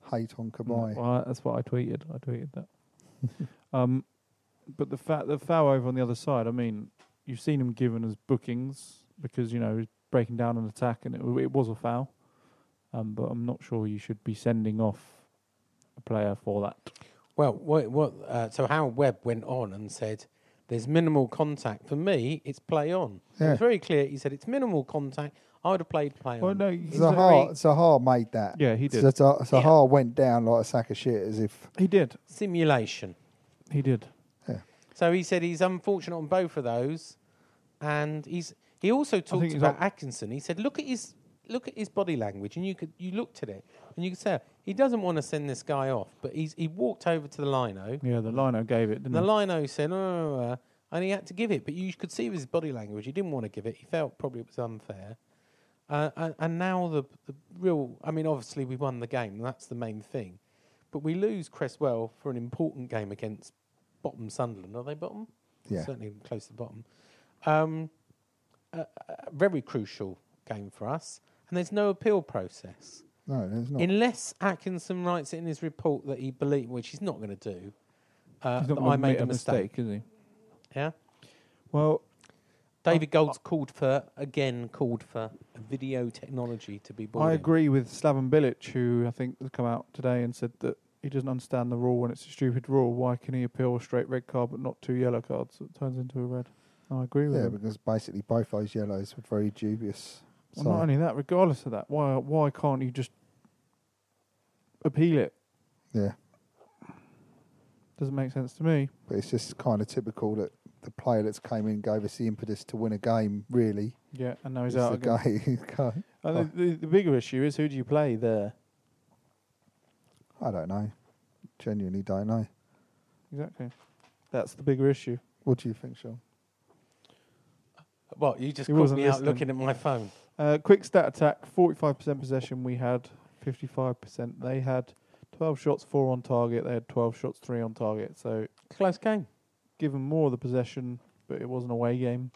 [SPEAKER 5] hate on Kabai.
[SPEAKER 3] Well, I- that's what I tweeted. I tweeted that. um, but the fa- the foul over on the other side. I mean, you've seen him given as bookings because you know he's breaking down an attack, and it, w- it was a foul. Um, but I'm not sure you should be sending off a player for that.
[SPEAKER 4] Well, what, what, uh, so Howard Webb went on and said, "There's minimal contact. For me, it's play on." So
[SPEAKER 5] Yeah.
[SPEAKER 4] It's very clear. He said, "It's minimal contact. I would have played play
[SPEAKER 3] Well,
[SPEAKER 4] on."
[SPEAKER 3] no, he's
[SPEAKER 4] a
[SPEAKER 5] Zahar, Zahar made that.
[SPEAKER 3] Yeah, he did.
[SPEAKER 5] Zahar, Zahar went down like a sack of shit, as if
[SPEAKER 3] He did.
[SPEAKER 4] simulation.
[SPEAKER 3] He did.
[SPEAKER 4] So he said he's unfortunate on both of those, and he's he also talked
[SPEAKER 3] he's
[SPEAKER 4] about
[SPEAKER 3] up-
[SPEAKER 4] Atkinson. He said, "Look at his look at his body language," and you could you looked at it and you could say he doesn't want to send this guy off, but he's he walked over to the lino.
[SPEAKER 3] Yeah, the lino gave it. Didn't
[SPEAKER 4] And the
[SPEAKER 3] he?
[SPEAKER 4] lino said, "No, no, no, no," and he had to give it, but you could see with his body language he didn't want to give it. He felt probably it was unfair. Uh, and, and now the, the real, I mean, obviously we won the game. That's the main thing, but we lose Cresswell for an important game against bottom Sunderland. Are they bottom?
[SPEAKER 5] Yeah.
[SPEAKER 4] certainly close to bottom. Um, a, a very crucial game for us, and there's no appeal process.
[SPEAKER 5] no, there's not.
[SPEAKER 4] Unless Atkinson writes it in his report that he believes, which he's not going to do, uh,
[SPEAKER 3] He's not
[SPEAKER 4] that
[SPEAKER 3] gonna
[SPEAKER 4] I made
[SPEAKER 3] admit
[SPEAKER 4] a mistake.
[SPEAKER 3] is he?
[SPEAKER 4] Yeah.
[SPEAKER 3] Well,
[SPEAKER 4] David
[SPEAKER 3] Oh,
[SPEAKER 4] Gold's called for again called for video technology to be brought.
[SPEAKER 3] I
[SPEAKER 4] in.
[SPEAKER 3] agree with Slaven Bilic, who I think has come out today and said that he doesn't understand the rule when it's a stupid rule. Why can he appeal a straight red card but not two yellow cards? It turns into a red. I agree with
[SPEAKER 5] yeah,
[SPEAKER 3] him.
[SPEAKER 5] because basically both those yellows were very dubious.
[SPEAKER 3] Well,
[SPEAKER 5] So
[SPEAKER 3] not only that, regardless of that, why why can't you just appeal it?
[SPEAKER 5] yeah,
[SPEAKER 3] Doesn't make sense to me.
[SPEAKER 5] but it's just kind of typical that the player that's came in gave us the impetus to win a game. Really,
[SPEAKER 3] Yeah, and now he's
[SPEAKER 5] is
[SPEAKER 3] out
[SPEAKER 5] the
[SPEAKER 3] again.
[SPEAKER 5] guy. Oh. who go-
[SPEAKER 3] And the, the, the bigger issue is who do you play
[SPEAKER 4] Uh,
[SPEAKER 3] there?
[SPEAKER 5] I don't know. Genuinely, don't know.
[SPEAKER 3] Exactly. That's the bigger issue.
[SPEAKER 5] What do you think, Sean?
[SPEAKER 4] What you just
[SPEAKER 3] He
[SPEAKER 4] called
[SPEAKER 3] wasn't
[SPEAKER 4] me out
[SPEAKER 3] listening.
[SPEAKER 4] looking at my phone.
[SPEAKER 3] Uh, quick stat attack 45% possession, we had 55%. They had 12 shots, 4 on target. They had 12 shots, 3 on target. So
[SPEAKER 4] Close game.
[SPEAKER 3] given more of the possession, but it was an away game.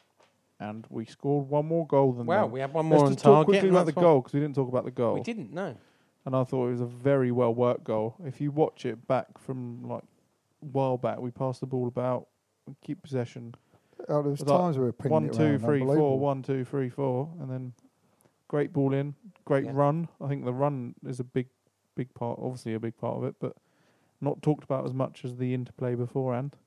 [SPEAKER 3] And we scored one more goal than
[SPEAKER 4] Wow,
[SPEAKER 3] them.
[SPEAKER 4] we had one
[SPEAKER 3] Let's
[SPEAKER 4] more on
[SPEAKER 3] just
[SPEAKER 4] target.
[SPEAKER 3] talk quickly
[SPEAKER 4] and
[SPEAKER 3] about the
[SPEAKER 4] that's what-
[SPEAKER 3] goal because we didn't talk about the goal.
[SPEAKER 4] We didn't know.
[SPEAKER 3] And I thought it was a very well worked goal. If you watch it back from like a while back, we passed the ball about, we keep possession.
[SPEAKER 5] Oh, there was
[SPEAKER 3] Like,
[SPEAKER 5] times we were pinning
[SPEAKER 3] One,
[SPEAKER 5] it
[SPEAKER 3] two, three,
[SPEAKER 5] around,
[SPEAKER 3] four,
[SPEAKER 5] unbelievable.
[SPEAKER 3] one, two, three, four, and then great ball in, great
[SPEAKER 4] Yeah.
[SPEAKER 3] run. I think the run is a big, big part, obviously a big part of it, but not talked about as much as the interplay beforehand.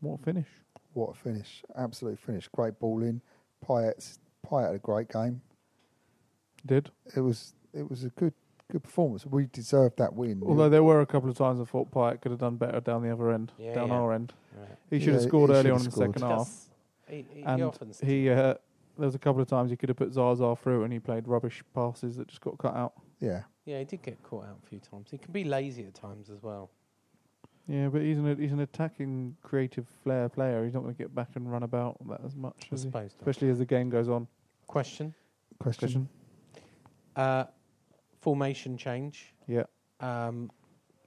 [SPEAKER 3] What a finish!
[SPEAKER 5] What a finish! Absolute finish. Great ball in. Pyatt Pyatt had a great game.
[SPEAKER 3] Did
[SPEAKER 5] It was it was a good good performance. We deserved that win.
[SPEAKER 3] Although there were a couple of times I thought Pyatt could have done better down the other end,
[SPEAKER 4] Yeah,
[SPEAKER 3] down
[SPEAKER 4] yeah.
[SPEAKER 3] our end.
[SPEAKER 4] Right.
[SPEAKER 3] He should have
[SPEAKER 5] Yeah,
[SPEAKER 3] scored
[SPEAKER 5] he
[SPEAKER 3] early
[SPEAKER 5] should
[SPEAKER 3] on in
[SPEAKER 5] have
[SPEAKER 3] the
[SPEAKER 5] scored.
[SPEAKER 3] second half.
[SPEAKER 4] Does- He, he, he
[SPEAKER 3] and
[SPEAKER 4] often sees
[SPEAKER 3] he uh, there was a couple of times he could have put Zaza through and he played rubbish passes that just got cut out.
[SPEAKER 5] yeah,
[SPEAKER 4] Yeah, he did get caught out a few times. He can be lazy at times as well.
[SPEAKER 3] Yeah, but he's an he's an attacking creative flair player. He's not going to get back and run about that as much,
[SPEAKER 4] I
[SPEAKER 3] is he?
[SPEAKER 4] suppose. not.
[SPEAKER 3] especially as the game goes on.
[SPEAKER 4] Question.
[SPEAKER 3] Question.
[SPEAKER 5] question.
[SPEAKER 4] Uh, formation change
[SPEAKER 3] Yeah,
[SPEAKER 4] um,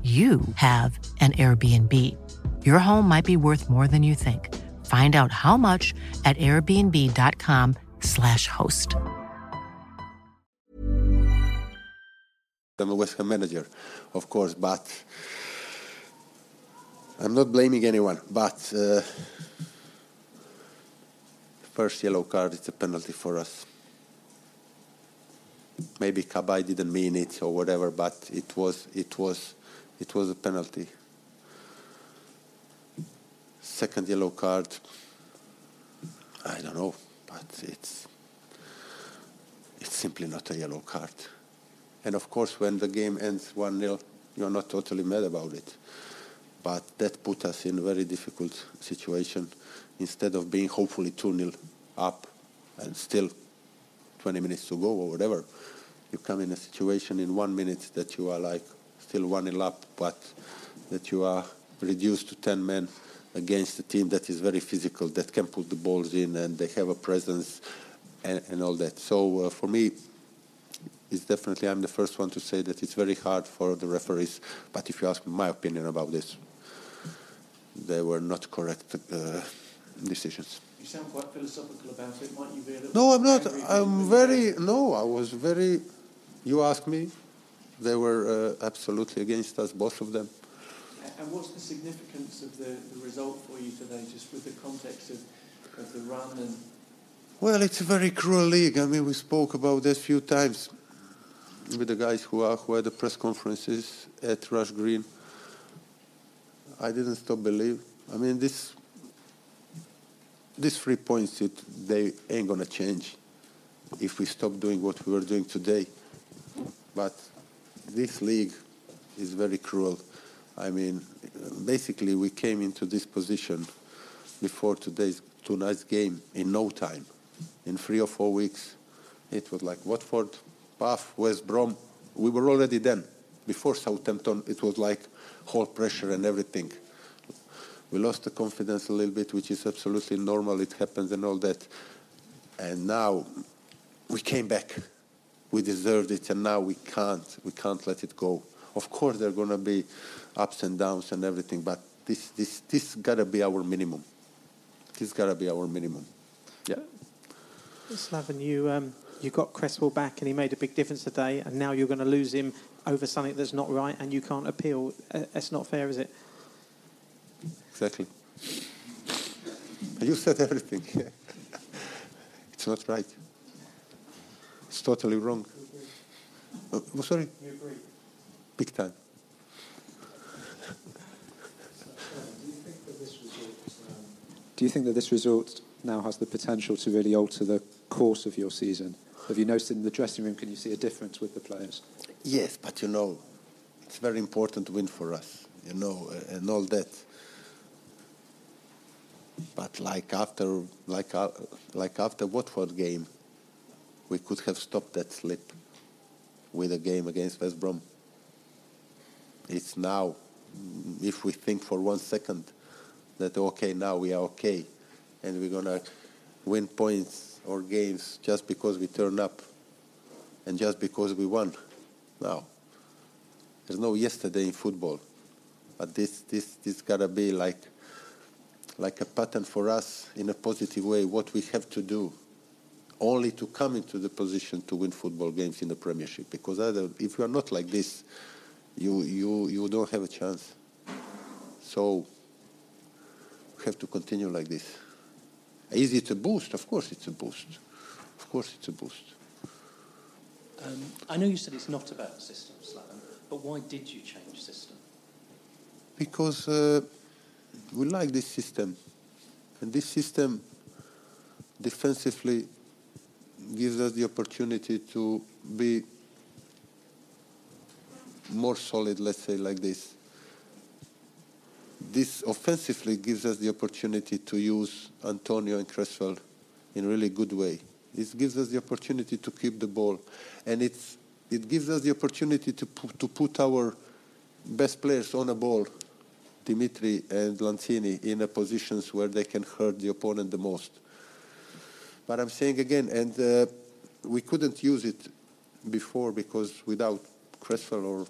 [SPEAKER 1] you have an Airbnb. Your home might be worth more than you think. Find out how much at airbnb.com/slash host.
[SPEAKER 6] I'm a West Ham manager, of course, but I'm not blaming anyone. But uh, first yellow card, it's a penalty for us. Maybe Kabay didn't mean it or whatever, but it was it was it was a penalty. Second yellow card, I don't know, but it's it's simply not a yellow card. And of course, when the game ends 1 0, you're not totally mad about it. But that put us in a very difficult situation. Instead of being hopefully 2 0 up and still 20 minutes to go or whatever, you come in a situation in one minute that you are like still 1 0 up, but that you are reduced to 10 men against a team that is very physical, that can put the balls in and they have a presence and, and all that. So uh, for me, it's definitely I'm the first one to say that it's very hard for the referees. But if you ask me my opinion about this, they were not correct uh, decisions.
[SPEAKER 7] You sound quite philosophical about it. Might you be a little
[SPEAKER 6] No, I'm not.
[SPEAKER 7] angry with
[SPEAKER 6] I'm
[SPEAKER 7] them?
[SPEAKER 6] very no. I was very. You ask me, they were uh, absolutely against us, both of them.
[SPEAKER 7] A- And what's the significance of the, the result for you today, just with the context of, of the run and
[SPEAKER 6] Well, it's a very cruel league. I mean, we spoke about this few times with the guys who are who had the press conferences at Rush Green. I didn't stop believe. I mean, this these three points it, they ain't gonna change if we stop doing what we were doing today. But this league is very cruel. I mean, basically, we came into this position before today's tonight's game in no time. In three or four weeks, it was like Watford, Bath, West Brom. We were already then. Before Southampton, it was like whole pressure and everything. We lost the confidence a little bit, which is absolutely normal. It happens and all that. And now we came back. We deserved it, and now we can't. We can't let it go. Of course, there are going to be ups and downs and everything, but this, this, this gotta be our minimum. This gotta be our minimum. Yeah.
[SPEAKER 8] Slaven, you um, you got Cresswell back, and he made a big difference today. And now you're going to lose him over something that's not right and you can't appeal. Uh, That's not fair, is it?
[SPEAKER 6] Exactly. You said everything. it's not right. It's totally wrong. Uh, oh, sorry. Big time.
[SPEAKER 9] Do you think that this result now has the potential to really alter the course of your season? Have you noticed in the dressing room? Can you see a difference with the players?
[SPEAKER 6] Yes, but you know, it's very important win for us, you know, uh, and all that. But like after, like uh, like after Watford game, we could have stopped that slip with a game against West Brom. It's now, mm, if we think for one second that okay, now we are okay, and we're gonna win points or games just because we turn up and just because we won. Now, there's no yesterday in football, but this this this gotta be like like a pattern for us in a positive way. What we have to do, only to come into the position to win football games in the Premiership. Because other, if you are not like this, you you you don't have a chance. So we have to continue like this. Is it a boost? Of course, it's a boost. Of course, it's a boost.
[SPEAKER 10] Um, I know you said it's not about system, Slaven, but why did you change system?
[SPEAKER 6] because uh, we like this system, and this system defensively gives us the opportunity to be more solid. Let's say like this. This offensively gives us the opportunity to use Antonio and Cresswell in a really good way. It gives us the opportunity to keep the ball, and it's it gives us the opportunity to pu- to put our best players on a ball, Dimitri and Lanzini, in a positions where they can hurt the opponent the most. But I'm saying again, and uh, we couldn't use it before because without Cresswell or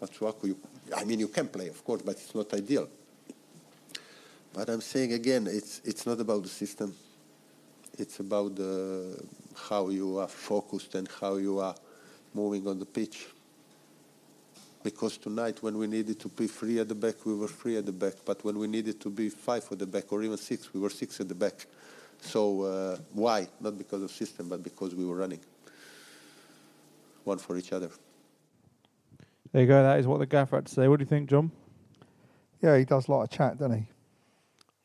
[SPEAKER 6] Matsuaku, you, I mean, you can play, of course, but it's not ideal. But I'm saying again, it's it's not about the system. It's about the, how you are focused and how you are moving on the pitch because tonight when we needed to be three at the back, we were three at the back. But when we needed to be five at the back or even six, we were six at the back. So uh, why? Not because of system, but because we were running one for each other.
[SPEAKER 3] There you go. That is what the gaffer had to say. What do you think, John?
[SPEAKER 5] Yeah, he does a lot of chat, doesn't he?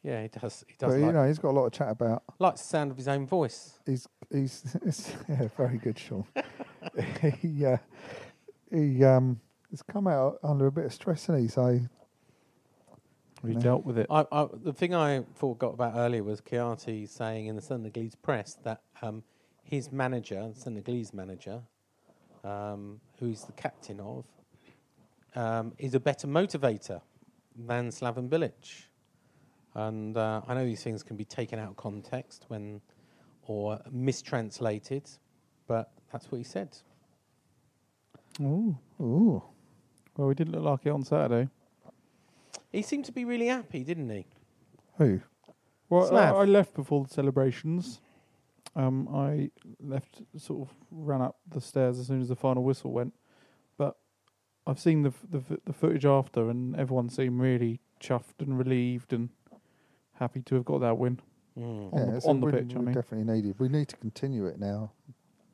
[SPEAKER 4] Yeah, he does. He
[SPEAKER 5] But
[SPEAKER 4] does
[SPEAKER 5] you
[SPEAKER 4] like,
[SPEAKER 5] know, he's got a lot of chat about.
[SPEAKER 4] likes the sound of his own voice.
[SPEAKER 5] He's he's it's, yeah, very good, Sean. he uh, he um has come out under a bit of stress, hasn't he? So
[SPEAKER 3] We
[SPEAKER 5] No.
[SPEAKER 3] dealt with it.
[SPEAKER 4] I, I, the thing I forgot about earlier was Chianti saying in the Senegalese press that um, his manager, the Senegalese manager, um, who he's the captain of, um, is a better motivator than Slaven Bilic. And uh, I know these things can be taken out of context when or mistranslated, but that's what he said.
[SPEAKER 3] Ooh.
[SPEAKER 5] ooh,
[SPEAKER 3] Well, we didn't look like it on Saturday.
[SPEAKER 4] He seemed to be really happy, didn't he?
[SPEAKER 5] who?
[SPEAKER 3] Well, I,
[SPEAKER 4] Slav.
[SPEAKER 3] I left before the celebrations. Um, I left, sort of ran up the stairs as soon as the final whistle went. But I've seen the f- the, f- the footage after, and everyone seemed really chuffed and relieved and happy to have got that win on,
[SPEAKER 5] yeah,
[SPEAKER 3] the,
[SPEAKER 5] so
[SPEAKER 3] on the
[SPEAKER 5] we-
[SPEAKER 3] pitch. I
[SPEAKER 5] we
[SPEAKER 3] mean,
[SPEAKER 5] definitely needed. We need to continue it now.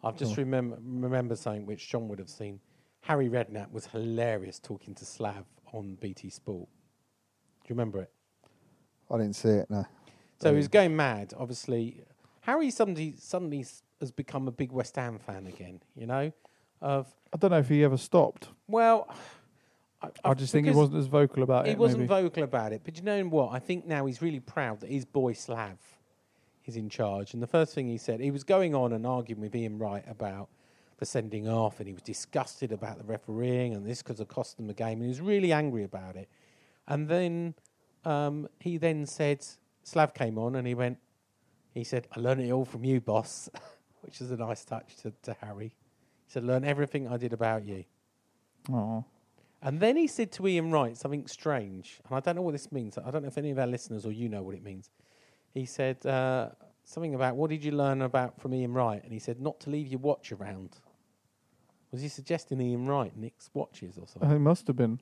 [SPEAKER 4] I've just remember remember something which John would have seen. Harry Redknapp was hilarious talking to Slav on BT Sport. Do you remember it?
[SPEAKER 5] I didn't see it now.
[SPEAKER 4] So he
[SPEAKER 3] Oh.
[SPEAKER 4] was going mad. Obviously, Harry suddenly suddenly s- has become a big West Ham fan again. You know, of
[SPEAKER 3] I don't know if he ever stopped.
[SPEAKER 4] well,
[SPEAKER 3] I just think he
[SPEAKER 4] because
[SPEAKER 3] wasn't as vocal about
[SPEAKER 4] he
[SPEAKER 3] it.
[SPEAKER 4] wasn't
[SPEAKER 3] maybe.
[SPEAKER 4] vocal about it. But you know what? I think now he's really proud that his boy Slav is in charge. And the first thing he said, he was going on and arguing with Ian Wright about the sending off, and he was disgusted about the refereeing, and this could have cost them a game, and he was really angry about it. And then um, he then said, Slav came on, and he went, he said, "I learned it all from you, boss," which is a nice touch to, to Harry. He said, "Learn everything I did about you."
[SPEAKER 3] Aw.
[SPEAKER 4] And then he said to Ian Wright something strange, and I don't know what this means. I don't know if any of our listeners or you know what it means. He said uh, something about what did you learn about from Ian Wright, and he said not to leave your watch around. Was he suggesting Ian Wright nicks watches or something?
[SPEAKER 3] I must have been.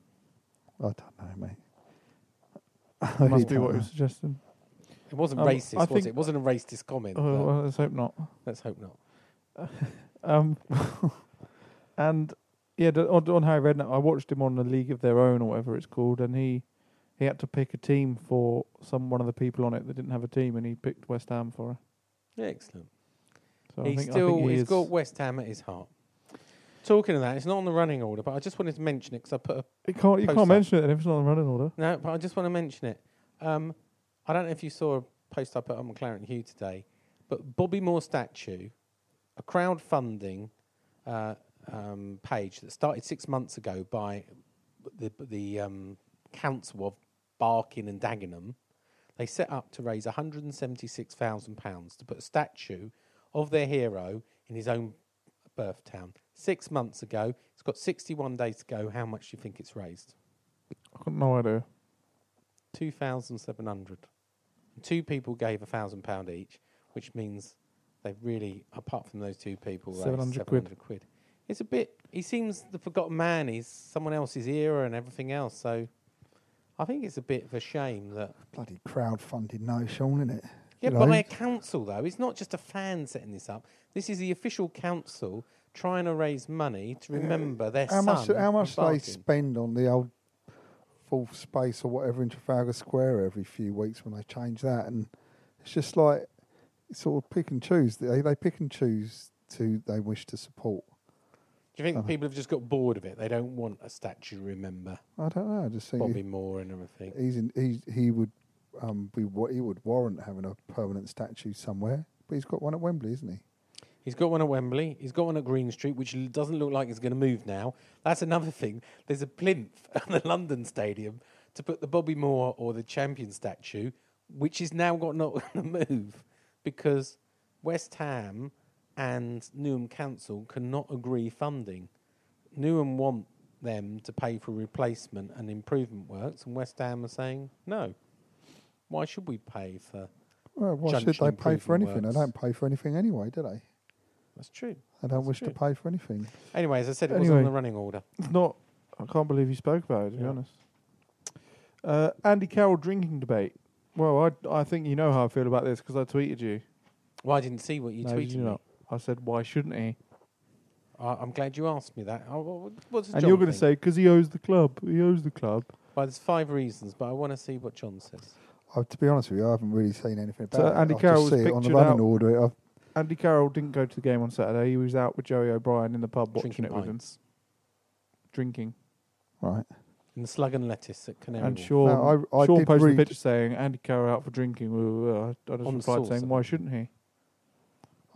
[SPEAKER 5] I don't know, mate.
[SPEAKER 4] Oh,
[SPEAKER 3] It must be what he was suggesting.
[SPEAKER 4] It wasn't
[SPEAKER 3] Um,
[SPEAKER 4] racist,
[SPEAKER 3] I
[SPEAKER 4] was
[SPEAKER 3] think-
[SPEAKER 4] it? It wasn't a racist comment.
[SPEAKER 3] Oh,
[SPEAKER 4] but
[SPEAKER 3] well, let's hope not.
[SPEAKER 4] let's hope not.
[SPEAKER 3] Um, and yeah, the- on, on Harry Redknapp, I watched him on the League of Their Own or whatever it's called, and he he had to pick a team for some one of the people on it that didn't have a team, and he picked West Ham for her.
[SPEAKER 4] Excellent.
[SPEAKER 3] So I
[SPEAKER 4] he's
[SPEAKER 3] think, I
[SPEAKER 4] still
[SPEAKER 3] think he
[SPEAKER 4] he's
[SPEAKER 3] is-
[SPEAKER 4] got West Ham at his heart. Talking of that, it's not on the running order, but I just wanted to mention it because I put a
[SPEAKER 3] You can't you
[SPEAKER 4] post
[SPEAKER 3] can't
[SPEAKER 4] up.
[SPEAKER 3] mention it and if it's not in running order.
[SPEAKER 4] No, but I just want to mention it. Um, I don't know if you saw a post I put on McLaren Hugh today, but Bobby Moore statue, a crowdfunding uh, um, page that started six months ago by the, the um, council of Barking and Dagenham. They set up to raise £176,000 to put a statue of their hero in his own birth town. Six months ago, it's got 61 days to go. How much do you think it's raised?
[SPEAKER 3] I've got no idea.
[SPEAKER 4] 2,700. Two people gave a thousand pound each, which means they've really, apart from those two people, raised
[SPEAKER 3] 700 quid.
[SPEAKER 4] 700 quid. It's a bit. He seems the forgotten man. He's someone else's era and everything else. So, I think it's a bit of a shame that.
[SPEAKER 5] Bloody crowdfunded no, Sean, isn't it?
[SPEAKER 4] Yeah,
[SPEAKER 5] You know?
[SPEAKER 4] by a council though. It's not just a fan setting this up. This is the official council trying to raise money to remember their
[SPEAKER 5] how
[SPEAKER 4] son.
[SPEAKER 5] much? How
[SPEAKER 4] and
[SPEAKER 5] much do they
[SPEAKER 4] Barking.
[SPEAKER 5] spend on the old fourth space or whatever in Trafalgar Square every few weeks when they change that? And it's just like sort of pick and choose. They they pick and choose who they wish to support.
[SPEAKER 4] Do you think people have just got bored of it? They don't want a statue to remember
[SPEAKER 5] I don't know. I just think
[SPEAKER 4] Bobby Moore and everything.
[SPEAKER 5] he's in, he's, he would um, be what he would warrant having a permanent statue somewhere. But he's got one at Wembley, isn't he?
[SPEAKER 4] He's got one at Wembley. He's got one at Green Street, which l- doesn't look like it's going to move now. That's another thing. There's a plinth at the London Stadium to put the Bobby Moore or the champion statue, which is now got not going to move because West Ham and Newham Council cannot agree funding. Newham want them to pay for replacement and improvement works, and West Ham are saying no. Why should we pay for?
[SPEAKER 5] Well, why should
[SPEAKER 4] junction
[SPEAKER 5] they pay for
[SPEAKER 4] improvement
[SPEAKER 5] anything?
[SPEAKER 4] works?
[SPEAKER 5] They don't pay for anything anyway, do they?
[SPEAKER 4] That's true.
[SPEAKER 5] They don't
[SPEAKER 4] That's
[SPEAKER 5] wish
[SPEAKER 4] true.
[SPEAKER 5] to pay for anything.
[SPEAKER 4] Anyway, as I said, it was
[SPEAKER 3] Anyway.
[SPEAKER 4] on the running order.
[SPEAKER 3] It's not. I can't believe you spoke about it. To be honest. Uh, Andy Carroll drinking debate. Well, I I think you know how I feel about this because I tweeted you.
[SPEAKER 4] Well, I didn't see what you
[SPEAKER 3] No, did
[SPEAKER 4] tweeted.
[SPEAKER 3] you
[SPEAKER 4] me.
[SPEAKER 3] not? I said why shouldn't he?
[SPEAKER 4] I, I'm glad you asked me that. Oh, what, what does
[SPEAKER 3] And
[SPEAKER 4] John
[SPEAKER 3] you're going to
[SPEAKER 4] think?
[SPEAKER 3] say because he owes the club. He owes the club.
[SPEAKER 4] Well, there's five reasons, but I want to see what John says.
[SPEAKER 5] Uh, to be honest with you, I haven't really seen anything about
[SPEAKER 3] So
[SPEAKER 5] it.
[SPEAKER 3] Andy
[SPEAKER 5] I've
[SPEAKER 3] Carroll
[SPEAKER 5] just
[SPEAKER 3] was
[SPEAKER 5] see it on the
[SPEAKER 3] pictured
[SPEAKER 5] running
[SPEAKER 3] out-
[SPEAKER 5] order. uh, I've,
[SPEAKER 3] Andy Carroll didn't go to the game on Saturday. He was out with Joey O'Brien in the pub watching
[SPEAKER 4] Drinking
[SPEAKER 3] it with him,
[SPEAKER 4] pints.
[SPEAKER 3] drinking.
[SPEAKER 5] right.
[SPEAKER 4] And the slug and lettuce at Canary.
[SPEAKER 3] And
[SPEAKER 4] Wharf.
[SPEAKER 3] Sean,
[SPEAKER 5] No, I- I
[SPEAKER 3] Sean
[SPEAKER 5] did
[SPEAKER 3] posted a
[SPEAKER 5] read-
[SPEAKER 3] picture saying Andy Carroll out for drinking. blah, blah, blah. I, I just
[SPEAKER 4] On the
[SPEAKER 3] replied
[SPEAKER 4] source, I
[SPEAKER 3] saying why
[SPEAKER 4] think.
[SPEAKER 3] shouldn't he? Mm.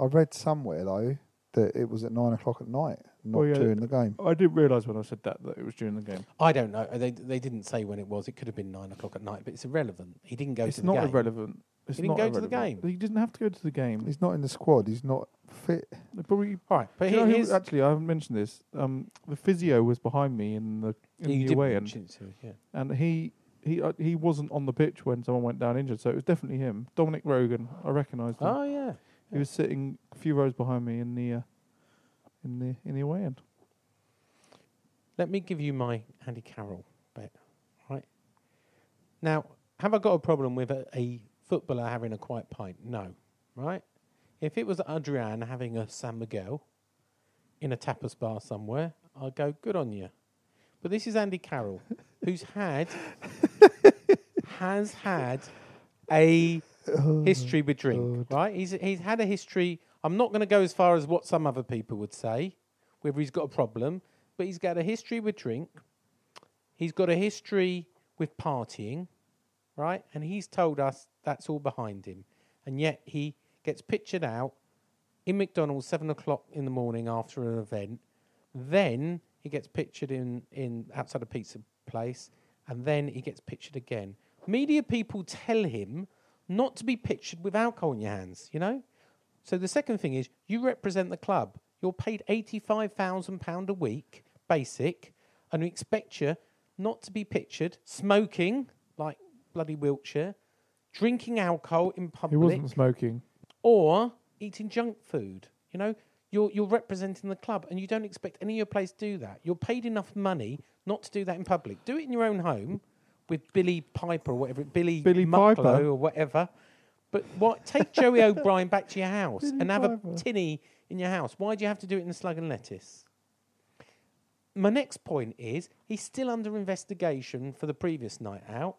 [SPEAKER 5] I read somewhere though that it was at nine o'clock at night, not
[SPEAKER 3] Oh, yeah.
[SPEAKER 5] during the game.
[SPEAKER 3] I didn't realise when I said that that it was during the game.
[SPEAKER 4] I don't know. They they didn't say when it was. It could have been nine o'clock at night, but it's irrelevant. He didn't go
[SPEAKER 3] it's
[SPEAKER 4] to the
[SPEAKER 3] not
[SPEAKER 4] game.
[SPEAKER 3] irrelevant. It's
[SPEAKER 4] didn't
[SPEAKER 3] not
[SPEAKER 4] go to the
[SPEAKER 3] irrelevant.
[SPEAKER 4] game.
[SPEAKER 3] He didn't have to go to the game.
[SPEAKER 5] He's not in the squad. He's not fit.
[SPEAKER 3] They probably.
[SPEAKER 4] All right,
[SPEAKER 3] Do
[SPEAKER 4] but
[SPEAKER 3] you know
[SPEAKER 4] here,
[SPEAKER 3] who-
[SPEAKER 4] here's
[SPEAKER 3] actually, I haven't mentioned this. Um, the physio was behind me in the in
[SPEAKER 4] you
[SPEAKER 3] the
[SPEAKER 4] did
[SPEAKER 3] away
[SPEAKER 4] mention
[SPEAKER 3] end,
[SPEAKER 4] it to me, yeah.
[SPEAKER 3] and he he uh, he wasn't on the pitch when someone went down injured, so it was definitely him. Dominic Rogan, I recognised him.
[SPEAKER 4] Oh yeah.
[SPEAKER 3] He was sitting a few rows behind me in the uh, in the in the away end.
[SPEAKER 4] Let me give you my Andy Carroll bet. Right now, have I got a problem with a, a footballer having a quiet pint? No. Right. If it was Adrian having a San Miguel in a tapas bar somewhere, I'd go good on you. But this is Andy Carroll, who's had has had a history with drink, right? He's he's had a history. I'm not going to go as far as what some other people would say, whether he's got a problem, but he's got a history with drink. He's got a history with partying, right? And he's told us that's all behind him, and yet he gets pictured out in McDonald's seven o'clock in the morning after an event. Then he gets pictured in, in outside a pizza place, and then he gets pictured again. Media people tell him not to be pictured with alcohol in your hands, you know? So the second thing is you represent the club. You're paid eighty five thousand pound a week, basic, and we expect you not to be pictured smoking like bloody Wiltshire, drinking alcohol in public
[SPEAKER 3] He wasn't smoking.
[SPEAKER 4] or eating junk food. You know, You're you're representing the club, and you don't expect any other place to do that. You're paid enough money not to do that in public. Do it in your own home with Billy Piper or whatever, Billy
[SPEAKER 3] Billy
[SPEAKER 4] Mucklow
[SPEAKER 3] Piper?
[SPEAKER 4] or whatever. But what? Take Joey O'Brien back to your house
[SPEAKER 3] Billy
[SPEAKER 4] and have
[SPEAKER 3] Piper.
[SPEAKER 4] a tinny in your house. Why do you have to do it in the slug and lettuce? My next point is he's still under investigation for the previous night out.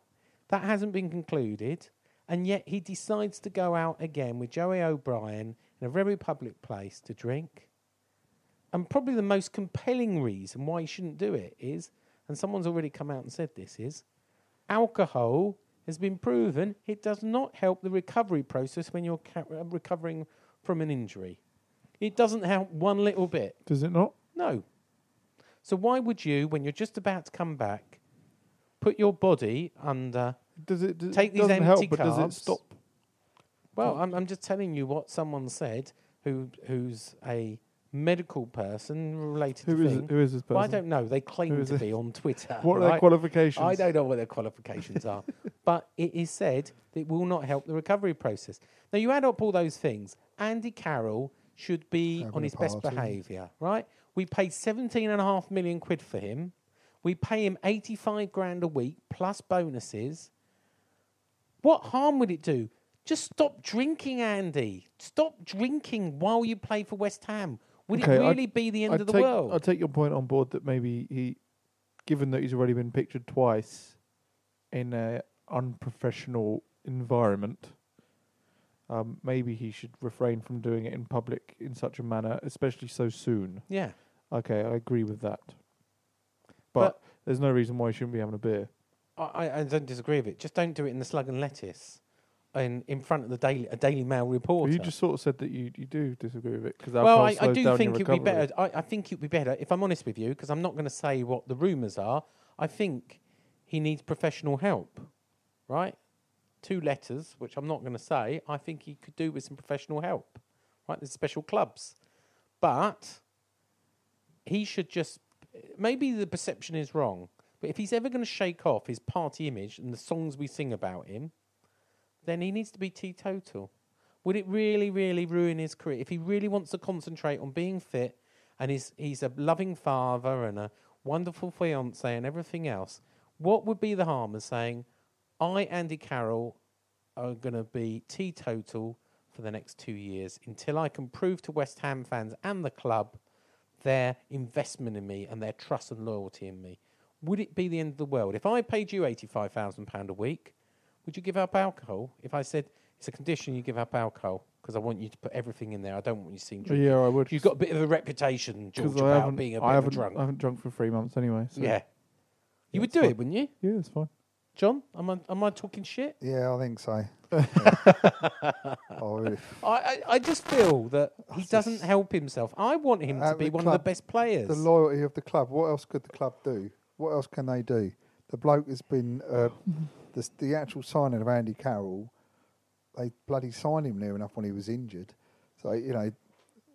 [SPEAKER 4] That hasn't been concluded. And yet he decides to go out again with Joey O'Brien in a very public place to drink. And probably the most compelling reason why you shouldn't do it is, and someone's already come out and said this is, alcohol has been proven it does not help the recovery process when you're ca- uh, recovering from an injury. It doesn't help one little bit.
[SPEAKER 3] Does it not?
[SPEAKER 4] No. So why would you, when you're just about to come back, put your body under?
[SPEAKER 3] Does it does,
[SPEAKER 4] take these
[SPEAKER 3] doesn't
[SPEAKER 4] empty
[SPEAKER 3] help,
[SPEAKER 4] carbs?
[SPEAKER 3] but does it stop? Oh.
[SPEAKER 4] Well, I'm, I'm just telling you what someone said who who's a medical person related
[SPEAKER 3] Who
[SPEAKER 4] to
[SPEAKER 3] is it-
[SPEAKER 4] thing.
[SPEAKER 3] who is this
[SPEAKER 4] Well, I
[SPEAKER 3] person?
[SPEAKER 4] don't know. They
[SPEAKER 3] Who
[SPEAKER 4] claim
[SPEAKER 3] is
[SPEAKER 4] to
[SPEAKER 3] it?
[SPEAKER 4] be on Twitter.
[SPEAKER 3] What are their
[SPEAKER 4] right?
[SPEAKER 3] qualifications?
[SPEAKER 4] I don't know what their qualifications are, but it is said that it will not help the recovery process. Now, you add up all those things. Andy Carroll should be
[SPEAKER 5] Having
[SPEAKER 4] on
[SPEAKER 5] a
[SPEAKER 4] his best
[SPEAKER 5] party.
[SPEAKER 4] behaviour, right? We pay 17.5 million quid for him. We pay him 85 grand a week plus bonuses. What harm would it do? Just stop drinking, Andy. Stop drinking while you play for West Ham. Would it
[SPEAKER 3] Okay, I'd-
[SPEAKER 4] really be the end
[SPEAKER 3] I'd
[SPEAKER 4] of the
[SPEAKER 3] take,
[SPEAKER 4] world?
[SPEAKER 3] I take your point on board that maybe he, given that he's already been pictured twice in a unprofessional environment, um, maybe he should refrain from doing it in public in such a manner, especially so soon.
[SPEAKER 4] yeah.
[SPEAKER 3] Okay, I agree with that. But,
[SPEAKER 4] But-
[SPEAKER 3] there's no reason why he shouldn't be having a beer.
[SPEAKER 4] I, I- I don't disagree with it. Just don't do it in the slug and lettuce, in in front of the daily a Daily Mail
[SPEAKER 3] Well,
[SPEAKER 4] reporter.
[SPEAKER 3] you just sort of said that you, you do disagree with it because
[SPEAKER 4] well, I, I do think it'd be better. I, I think it'd be better if I'm honest with you, because I'm not going to say what the rumours are. I think he needs professional help, right? Two letters, which I'm not going to say. I think he could do with some professional help, right? There's special clubs, but he should just maybe the perception is wrong but if he's ever going to shake off his party image and the songs we sing about him then he needs to be teetotal would it really really ruin his career if he really wants to concentrate on being fit and he's, he's a loving father and a wonderful fiance and everything else what would be the harm of saying i andy carroll are going to be teetotal for the next two years until i can prove to west ham fans and the club their investment in me and their trust and loyalty in me. Would it be the end of the world? If I paid you £85,000 a week, would you give up alcohol? If I said, it's a condition you give up alcohol because I want you to put everything in there, I don't want you seen drunk.
[SPEAKER 3] Yeah, I would.
[SPEAKER 4] You've got a bit of a reputation, George,
[SPEAKER 3] Because I
[SPEAKER 4] about
[SPEAKER 3] haven't,
[SPEAKER 4] being a bit
[SPEAKER 3] I
[SPEAKER 4] of a
[SPEAKER 3] haven't,
[SPEAKER 4] drunk.
[SPEAKER 3] I haven't drunk for three months anyway. So
[SPEAKER 4] yeah. You would
[SPEAKER 3] it's
[SPEAKER 4] do
[SPEAKER 3] fine.
[SPEAKER 4] it, wouldn't you?
[SPEAKER 3] yeah, it's fine.
[SPEAKER 4] John, am I, am I talking shit?
[SPEAKER 5] Yeah, I think so. oh, if
[SPEAKER 4] I, I, I just feel that he doesn't help himself. I want him to
[SPEAKER 5] At
[SPEAKER 4] be
[SPEAKER 5] the
[SPEAKER 4] one of
[SPEAKER 5] club,
[SPEAKER 4] the best players.
[SPEAKER 5] the loyalty of the club. What else could the club do? What else can they do? The bloke has been uh, the, s- the actual signing of Andy Carroll. They bloody signed him near enough when he was injured. So you know,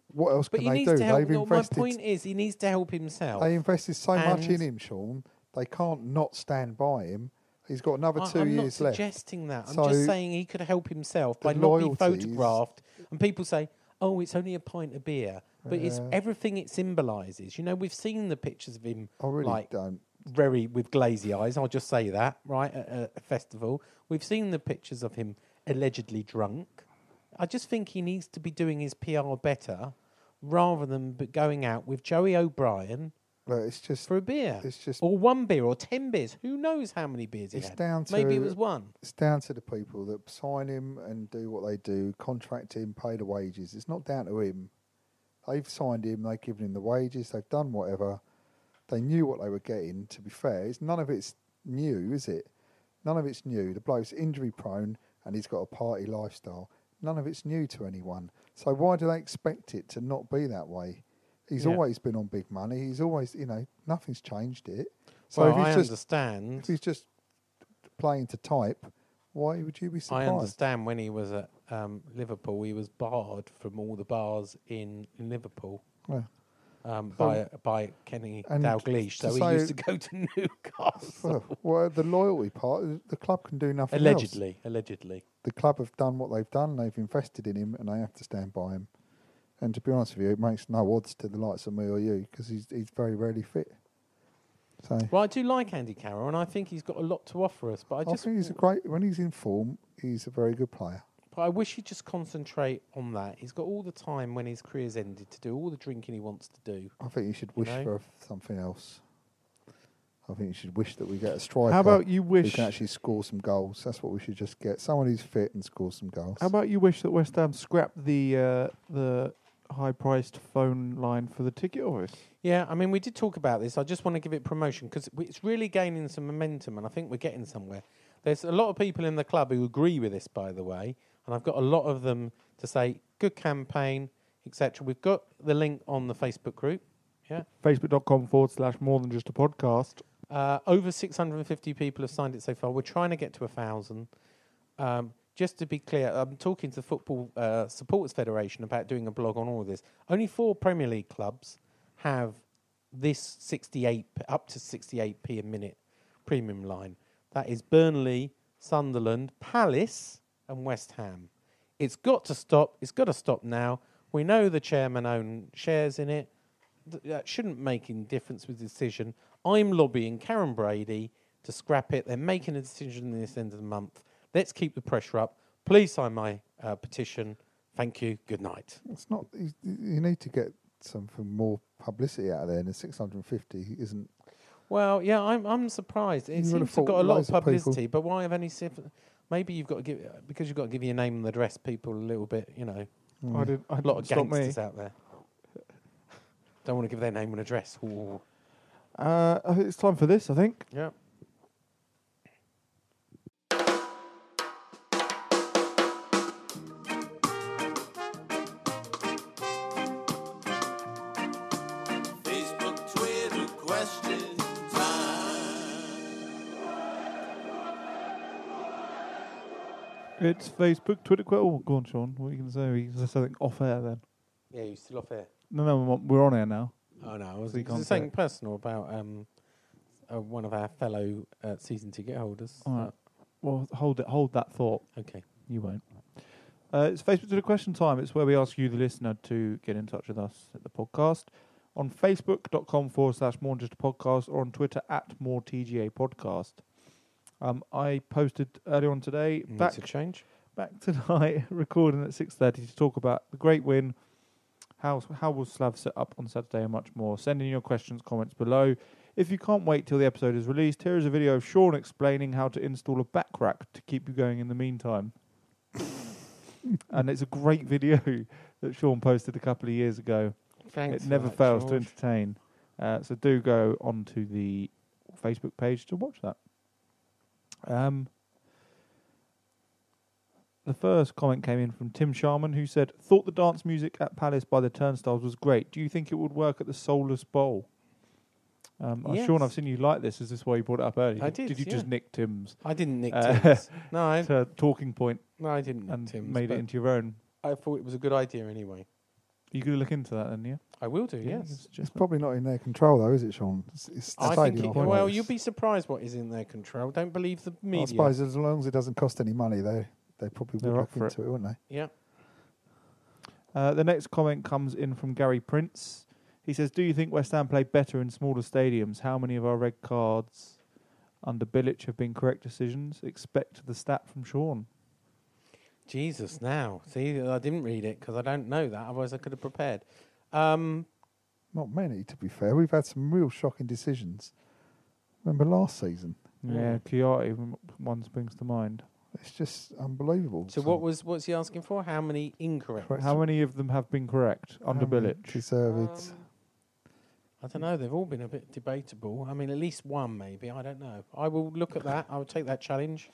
[SPEAKER 5] what else
[SPEAKER 4] but
[SPEAKER 5] can
[SPEAKER 4] he
[SPEAKER 5] they
[SPEAKER 4] needs
[SPEAKER 5] do?
[SPEAKER 4] to help.
[SPEAKER 5] They've
[SPEAKER 4] no, my
[SPEAKER 5] invested.
[SPEAKER 4] point is, he needs to help himself.
[SPEAKER 5] They invested so much
[SPEAKER 4] And-
[SPEAKER 5] in him, Sean. They can't not stand by him. He's got another
[SPEAKER 4] I-
[SPEAKER 5] 2
[SPEAKER 4] I'm
[SPEAKER 5] years
[SPEAKER 4] not
[SPEAKER 5] left.
[SPEAKER 4] suggesting that. I'm
[SPEAKER 5] So-
[SPEAKER 4] just saying he could help himself by
[SPEAKER 5] The
[SPEAKER 4] not being
[SPEAKER 5] loyalties-
[SPEAKER 4] photographed. And people say, "Oh, it's only a pint of beer," but it's
[SPEAKER 5] Yeah.
[SPEAKER 4] everything it symbolises. You know, we've seen the pictures of him
[SPEAKER 5] I really
[SPEAKER 4] like
[SPEAKER 5] don't.
[SPEAKER 4] very with glazy eyes. I'll just say that right at a- a festival. We've seen the pictures of him allegedly drunk. I just think he needs to be doing his PR better rather than b- going out with Joey O'Brien
[SPEAKER 5] But it's just
[SPEAKER 4] for a beer.
[SPEAKER 5] It's just-
[SPEAKER 4] or one beer or ten beers. Who knows how many beers he
[SPEAKER 5] It's
[SPEAKER 4] had?
[SPEAKER 5] down
[SPEAKER 4] Maybe it
[SPEAKER 5] to-
[SPEAKER 4] was one.
[SPEAKER 5] it's down to the people that sign him and do what they do, contract him, pay the wages. It's not down to him. They've signed him, they've given him the wages, they've done whatever. They knew what they were getting, to be fair. It's, none of it's new, is it? None of it's new. The bloke's injury prone and he's got a party lifestyle. None of it's new to anyone. So why do they expect it to not be that way? He's
[SPEAKER 4] Yeah.
[SPEAKER 5] always been on big money. He's always, you know, nothing's changed it. So
[SPEAKER 4] well,
[SPEAKER 5] if he's
[SPEAKER 4] I
[SPEAKER 5] just
[SPEAKER 4] understand.
[SPEAKER 5] if he's just playing to type, why would you be
[SPEAKER 4] I
[SPEAKER 5] surprised?
[SPEAKER 4] understand when he was at um, Liverpool, he was barred from all the bars in, in Liverpool
[SPEAKER 5] Yeah.
[SPEAKER 4] um, by by Kenny
[SPEAKER 5] and
[SPEAKER 4] Dalglish. So
[SPEAKER 5] to
[SPEAKER 4] he used
[SPEAKER 5] say-
[SPEAKER 4] to go to Newcastle.
[SPEAKER 5] Well, well, the loyalty part, the club can do nothing. else.
[SPEAKER 4] allegedly, allegedly.
[SPEAKER 5] the club have done what they've done. They've invested in him, and they have to stand by him. And to be honest with you, it makes no odds to the likes of me or you because he's he's very rarely fit. So
[SPEAKER 4] Well, I do like Andy Carroll, and I think he's got a lot to offer us. But I
[SPEAKER 5] I,
[SPEAKER 4] just,
[SPEAKER 5] think he's a great when he's in form. He's a very good player.
[SPEAKER 4] but I wish he'd just concentrate on that. He's got all the time when his career's ended to do all the drinking he wants to do.
[SPEAKER 5] I think you should
[SPEAKER 4] You
[SPEAKER 5] wish
[SPEAKER 4] know?
[SPEAKER 5] for something else. I think you should wish that we get a striker.
[SPEAKER 3] about you
[SPEAKER 5] who
[SPEAKER 3] wish-
[SPEAKER 5] can actually score some goals? That's what we should just get. Someone who's fit and score some goals.
[SPEAKER 3] How about you wish that West Ham scrapped the uh, the high priced phone line for the ticket office?
[SPEAKER 4] Yeah, I mean, we did talk about this. I just want to give it promotion because it's really gaining some momentum, and I think we're getting somewhere. There's a lot of people in the club who agree with this, by the way, and I've got a lot of them to say good campaign, etc. We've got the link on the Facebook group. Yeah,
[SPEAKER 3] Facebook.com forward slash more than just a podcast.
[SPEAKER 4] Uh, over 650 people have signed it so far. We're trying to get to a thousand. Um, just to be clear, I'm talking to the Football uh, Supporters Federation about doing a blog on all of this. Only four Premier League clubs have this 68 p- up to 68p a minute premium line. That is Burnley, Sunderland, Palace, and West Ham. It's got to stop. It's got to stop now. We know the chairman own shares in it th- that shouldn't make any difference with the decision. I'm lobbying Karen Brady to scrap it. They're making a decision this end of the month. Let's keep the pressure up. Please sign my uh, petition. Thank you. Good night.
[SPEAKER 5] It's not. You, you need to get something more publicity out of there. And the 650 isn't.
[SPEAKER 4] Well, yeah, I'm I'm surprised.
[SPEAKER 5] You
[SPEAKER 4] It
[SPEAKER 5] would've
[SPEAKER 4] seems to
[SPEAKER 5] thought
[SPEAKER 4] have got a lot of
[SPEAKER 5] loads of people-
[SPEAKER 4] publicity, but why have any? Sif- maybe you've got to give uh, because you've got to give your name and address people a little bit. You know,
[SPEAKER 5] Mm.
[SPEAKER 3] I did. I
[SPEAKER 4] a lot
[SPEAKER 3] didn't
[SPEAKER 4] of
[SPEAKER 3] stop me.
[SPEAKER 4] gangsters out there. Don't want to give their name and address. Ooh.
[SPEAKER 3] Uh, I think it's time for this. I think.
[SPEAKER 4] Yeah.
[SPEAKER 2] Facebook, Twitter, question time.
[SPEAKER 3] It's Facebook, Twitter. Qu- oh, go on, Sean. What are you going to say? We can say something off air then.
[SPEAKER 4] Yeah, you still off air.
[SPEAKER 3] No, no, we're on- we're on air now.
[SPEAKER 4] Oh no, I
[SPEAKER 3] you
[SPEAKER 4] wasn't.
[SPEAKER 3] can't
[SPEAKER 4] There's
[SPEAKER 3] say
[SPEAKER 4] something personal about um, uh, one of our fellow uh, season ticket holders.
[SPEAKER 3] All right. Well, hold it. Hold that thought.
[SPEAKER 4] Okay.
[SPEAKER 3] You won't. Uh, it's Facebook to the question time. It's where we ask you, the listener, to get in touch with us at the podcast on facebook.com forward slash more than just a podcast or on Twitter at more TGA podcast. Um, I posted earlier on today
[SPEAKER 4] Needs
[SPEAKER 3] back
[SPEAKER 4] a change.
[SPEAKER 3] back tonight, recording at six thirty to talk about the great win. How how will Slav set up on Saturday and much more? Send in your questions, comments below. If you can't wait till the episode is released, here is a video of Sean explaining how to install a back rack to keep you going in the meantime. and it's a great video that Sean posted a couple of years ago.
[SPEAKER 4] Thanks
[SPEAKER 3] it
[SPEAKER 4] for
[SPEAKER 3] never
[SPEAKER 4] that,
[SPEAKER 3] fails to
[SPEAKER 4] George.
[SPEAKER 3] entertain. Uh, so do go onto the Facebook page to watch that. Um, the first comment came in from Tim Sharman, who said, "Thought the dance music at Palace by the Turnstiles was great. Do you think it would work at the Soulless Bowl?" Um, uh, Sean,
[SPEAKER 4] Yes.
[SPEAKER 3] I've seen you like this. Is this why you brought it up earlier?
[SPEAKER 4] I did,
[SPEAKER 3] Did you just
[SPEAKER 4] yeah.
[SPEAKER 3] nick Tim's?
[SPEAKER 4] I didn't nick
[SPEAKER 3] uh,
[SPEAKER 4] Tim's. No, I,
[SPEAKER 3] uh, talking point
[SPEAKER 4] no, I didn't
[SPEAKER 3] and
[SPEAKER 4] nick Tim's.
[SPEAKER 3] made it
[SPEAKER 4] but
[SPEAKER 3] into your own?
[SPEAKER 4] I thought it was a good idea anyway.
[SPEAKER 3] You could look into that, then, yeah.
[SPEAKER 4] I will do.
[SPEAKER 3] Yeah, you can
[SPEAKER 4] yes.
[SPEAKER 3] suggest that.
[SPEAKER 5] Probably not in their control though, is it, Sean? It's, it's
[SPEAKER 4] I
[SPEAKER 5] stayed
[SPEAKER 4] think.
[SPEAKER 5] in
[SPEAKER 4] It,
[SPEAKER 5] our
[SPEAKER 4] well,
[SPEAKER 5] minds.
[SPEAKER 4] you'll be surprised what is in their control. Don't believe the
[SPEAKER 5] I
[SPEAKER 4] media.
[SPEAKER 5] suppose as long as it doesn't cost any money, they they probably
[SPEAKER 3] They're
[SPEAKER 5] would
[SPEAKER 3] up
[SPEAKER 5] look
[SPEAKER 3] for
[SPEAKER 5] into it. wouldn't they?
[SPEAKER 4] Yeah.
[SPEAKER 3] Uh, the next comment comes in from Gary Prince. He says, "Do you think West Ham play better in smaller stadiums? How many of our red cards under Bilic have been correct decisions? Expect the stat from Sean.
[SPEAKER 4] Jesus, now see, I didn't read it because I don't know that. Otherwise, I could have prepared. Um,
[SPEAKER 5] Not many, to be fair. We've had some real shocking decisions. Remember last season?
[SPEAKER 3] Yeah,
[SPEAKER 4] Yeah.
[SPEAKER 3] Chiari m- one springs to mind.
[SPEAKER 5] It's just unbelievable.
[SPEAKER 4] so, what was what's he asking for? How many incorrect?
[SPEAKER 3] How many of them have been correct under
[SPEAKER 5] Um,
[SPEAKER 3] Bilic?
[SPEAKER 5] Deserved.
[SPEAKER 4] Um, I don't know. They've all been a bit debatable. I mean, at least one, maybe. I don't know. I will look at that. I will take that challenge.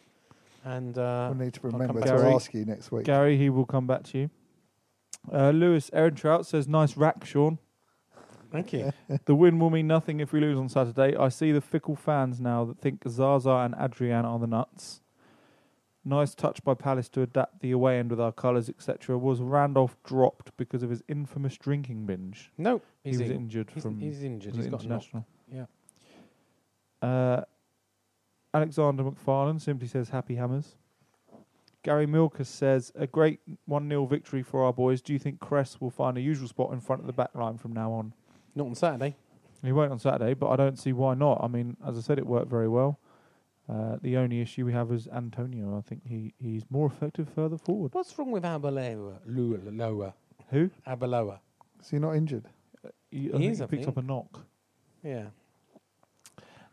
[SPEAKER 4] And uh,
[SPEAKER 5] we'll need to
[SPEAKER 4] I'll come
[SPEAKER 5] remember
[SPEAKER 4] back
[SPEAKER 5] to
[SPEAKER 3] Gary-
[SPEAKER 5] ask you next week.
[SPEAKER 3] Gary, he will come back to you. Uh, Lewis Aaron Trout says, "Nice rack, Sean.
[SPEAKER 4] Thank you.
[SPEAKER 3] the win will mean nothing if we lose on Saturday. I see the fickle fans now that think Zaza and Adrian are the nuts. Nice touch by Palace to adapt the away end with our colours, etc. Was Randolph dropped because of his infamous drinking binge?
[SPEAKER 4] No, he's,
[SPEAKER 3] he was
[SPEAKER 4] in-
[SPEAKER 3] injured
[SPEAKER 4] he's,
[SPEAKER 3] from
[SPEAKER 4] he's injured.
[SPEAKER 3] was
[SPEAKER 4] He's
[SPEAKER 3] it
[SPEAKER 4] got a knock.
[SPEAKER 3] international.
[SPEAKER 4] Yeah.
[SPEAKER 3] Uh, Alexander McFarlane simply says happy hammers. Gary Milker says, a great 1 0 victory for our boys. Do you think Cress will find a usual spot in front of the back line from now on?
[SPEAKER 4] Not on Saturday.
[SPEAKER 3] He won't on Saturday, but I don't see why not. I mean, as I said, it worked very well. Uh, the only issue we have is Antonio. I think he, he's more effective further forward.
[SPEAKER 4] What's wrong with Abaloa? Lower.
[SPEAKER 3] Who?
[SPEAKER 4] Abaloa.
[SPEAKER 5] Is he not injured?
[SPEAKER 3] He,
[SPEAKER 4] He is,
[SPEAKER 3] he
[SPEAKER 4] I
[SPEAKER 3] picked up a
[SPEAKER 4] think.
[SPEAKER 3] knock.
[SPEAKER 4] Yeah.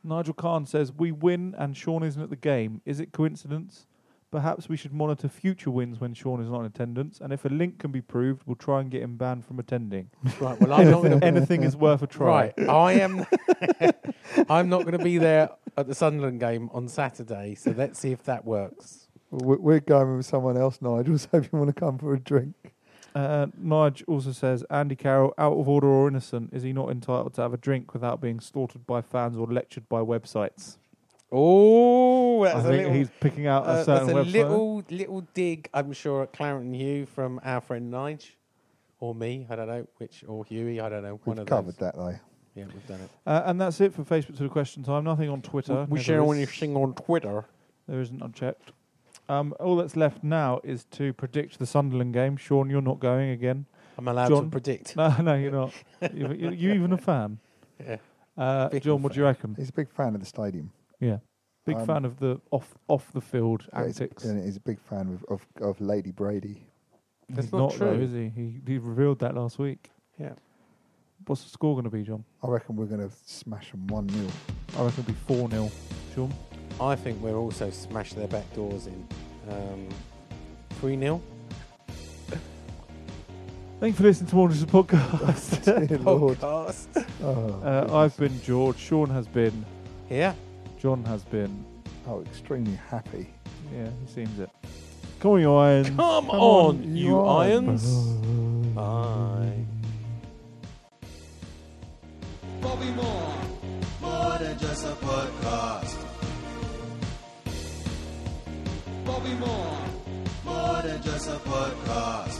[SPEAKER 3] Nigel Khan says, We win and Sean isn't at the game. Is it coincidence? Perhaps we should monitor future wins when Sean is not in attendance, and if a link can be proved, we'll try and get him banned from attending.
[SPEAKER 4] Right. Well, I'm not gonna
[SPEAKER 3] Anything is worth a try.
[SPEAKER 4] Right. I am. I'm not going to be there at the Sunderland game on Saturday. So let's see if that works.
[SPEAKER 5] We're, we're going with someone else, Nigel. So if you want to come for a drink,
[SPEAKER 3] Uh, Nige also says, Andy Carroll, out of order or innocent, is he not entitled to have a drink without being slaughtered by fans or lectured by websites?
[SPEAKER 4] Oh,
[SPEAKER 3] I
[SPEAKER 4] that's a
[SPEAKER 3] think
[SPEAKER 4] little.
[SPEAKER 3] he's picking out
[SPEAKER 4] uh,
[SPEAKER 3] a certain
[SPEAKER 4] that's a
[SPEAKER 3] website.
[SPEAKER 4] little little dig, I'm sure, at Clarendon Hugh from our friend Nige, or me. I don't know which, or Hughie. I don't know.
[SPEAKER 5] we've
[SPEAKER 4] one of those.
[SPEAKER 5] covered that though.
[SPEAKER 4] Yeah, we've done it.
[SPEAKER 3] Uh, and that's it for Facebook to the question time. Nothing on Twitter.
[SPEAKER 4] we
[SPEAKER 3] Never
[SPEAKER 4] share
[SPEAKER 3] is.
[SPEAKER 4] anything on Twitter.
[SPEAKER 3] There isn't unchecked. Um, all that's left now is to predict the Sunderland game. Sean, you're not going again.
[SPEAKER 4] I'm allowed
[SPEAKER 3] John?
[SPEAKER 4] to predict.
[SPEAKER 3] No, no, you're not. you you you even a fan?
[SPEAKER 4] Yeah.
[SPEAKER 3] Uh,
[SPEAKER 4] Big
[SPEAKER 3] John, what do you reckon?
[SPEAKER 5] He's a big fan of the stadium.
[SPEAKER 3] Yeah, big
[SPEAKER 5] Um,
[SPEAKER 3] fan of the off off the field
[SPEAKER 5] Yeah, he's-
[SPEAKER 3] antics.
[SPEAKER 5] and he's a big fan of, of, of Lady Brady.
[SPEAKER 4] That's
[SPEAKER 3] He's
[SPEAKER 4] not
[SPEAKER 3] though,
[SPEAKER 4] true.
[SPEAKER 3] is he? he? He revealed that last week.
[SPEAKER 4] Yeah.
[SPEAKER 3] What's the score going to be, John?
[SPEAKER 5] I reckon we're going to smash them one 0
[SPEAKER 3] I reckon it'll be four 0 Sean,
[SPEAKER 4] I think we'll also smash their back doors in. Um, 3 0.
[SPEAKER 3] thank you for listening to Morning's podcast.
[SPEAKER 5] Lord,
[SPEAKER 4] Podcast.
[SPEAKER 5] oh,
[SPEAKER 3] Oh. uh, I've been George. Sean has been.
[SPEAKER 4] Yeah.
[SPEAKER 3] John has been.
[SPEAKER 5] oh, extremely happy.
[SPEAKER 3] Yeah, he seems it. Come on, you irons.
[SPEAKER 4] Come, on,
[SPEAKER 5] on,
[SPEAKER 4] you,
[SPEAKER 5] you
[SPEAKER 4] irons. Bye.
[SPEAKER 2] Bobby Moore. More than just a podcast. Bobby Moore. More than just a podcast.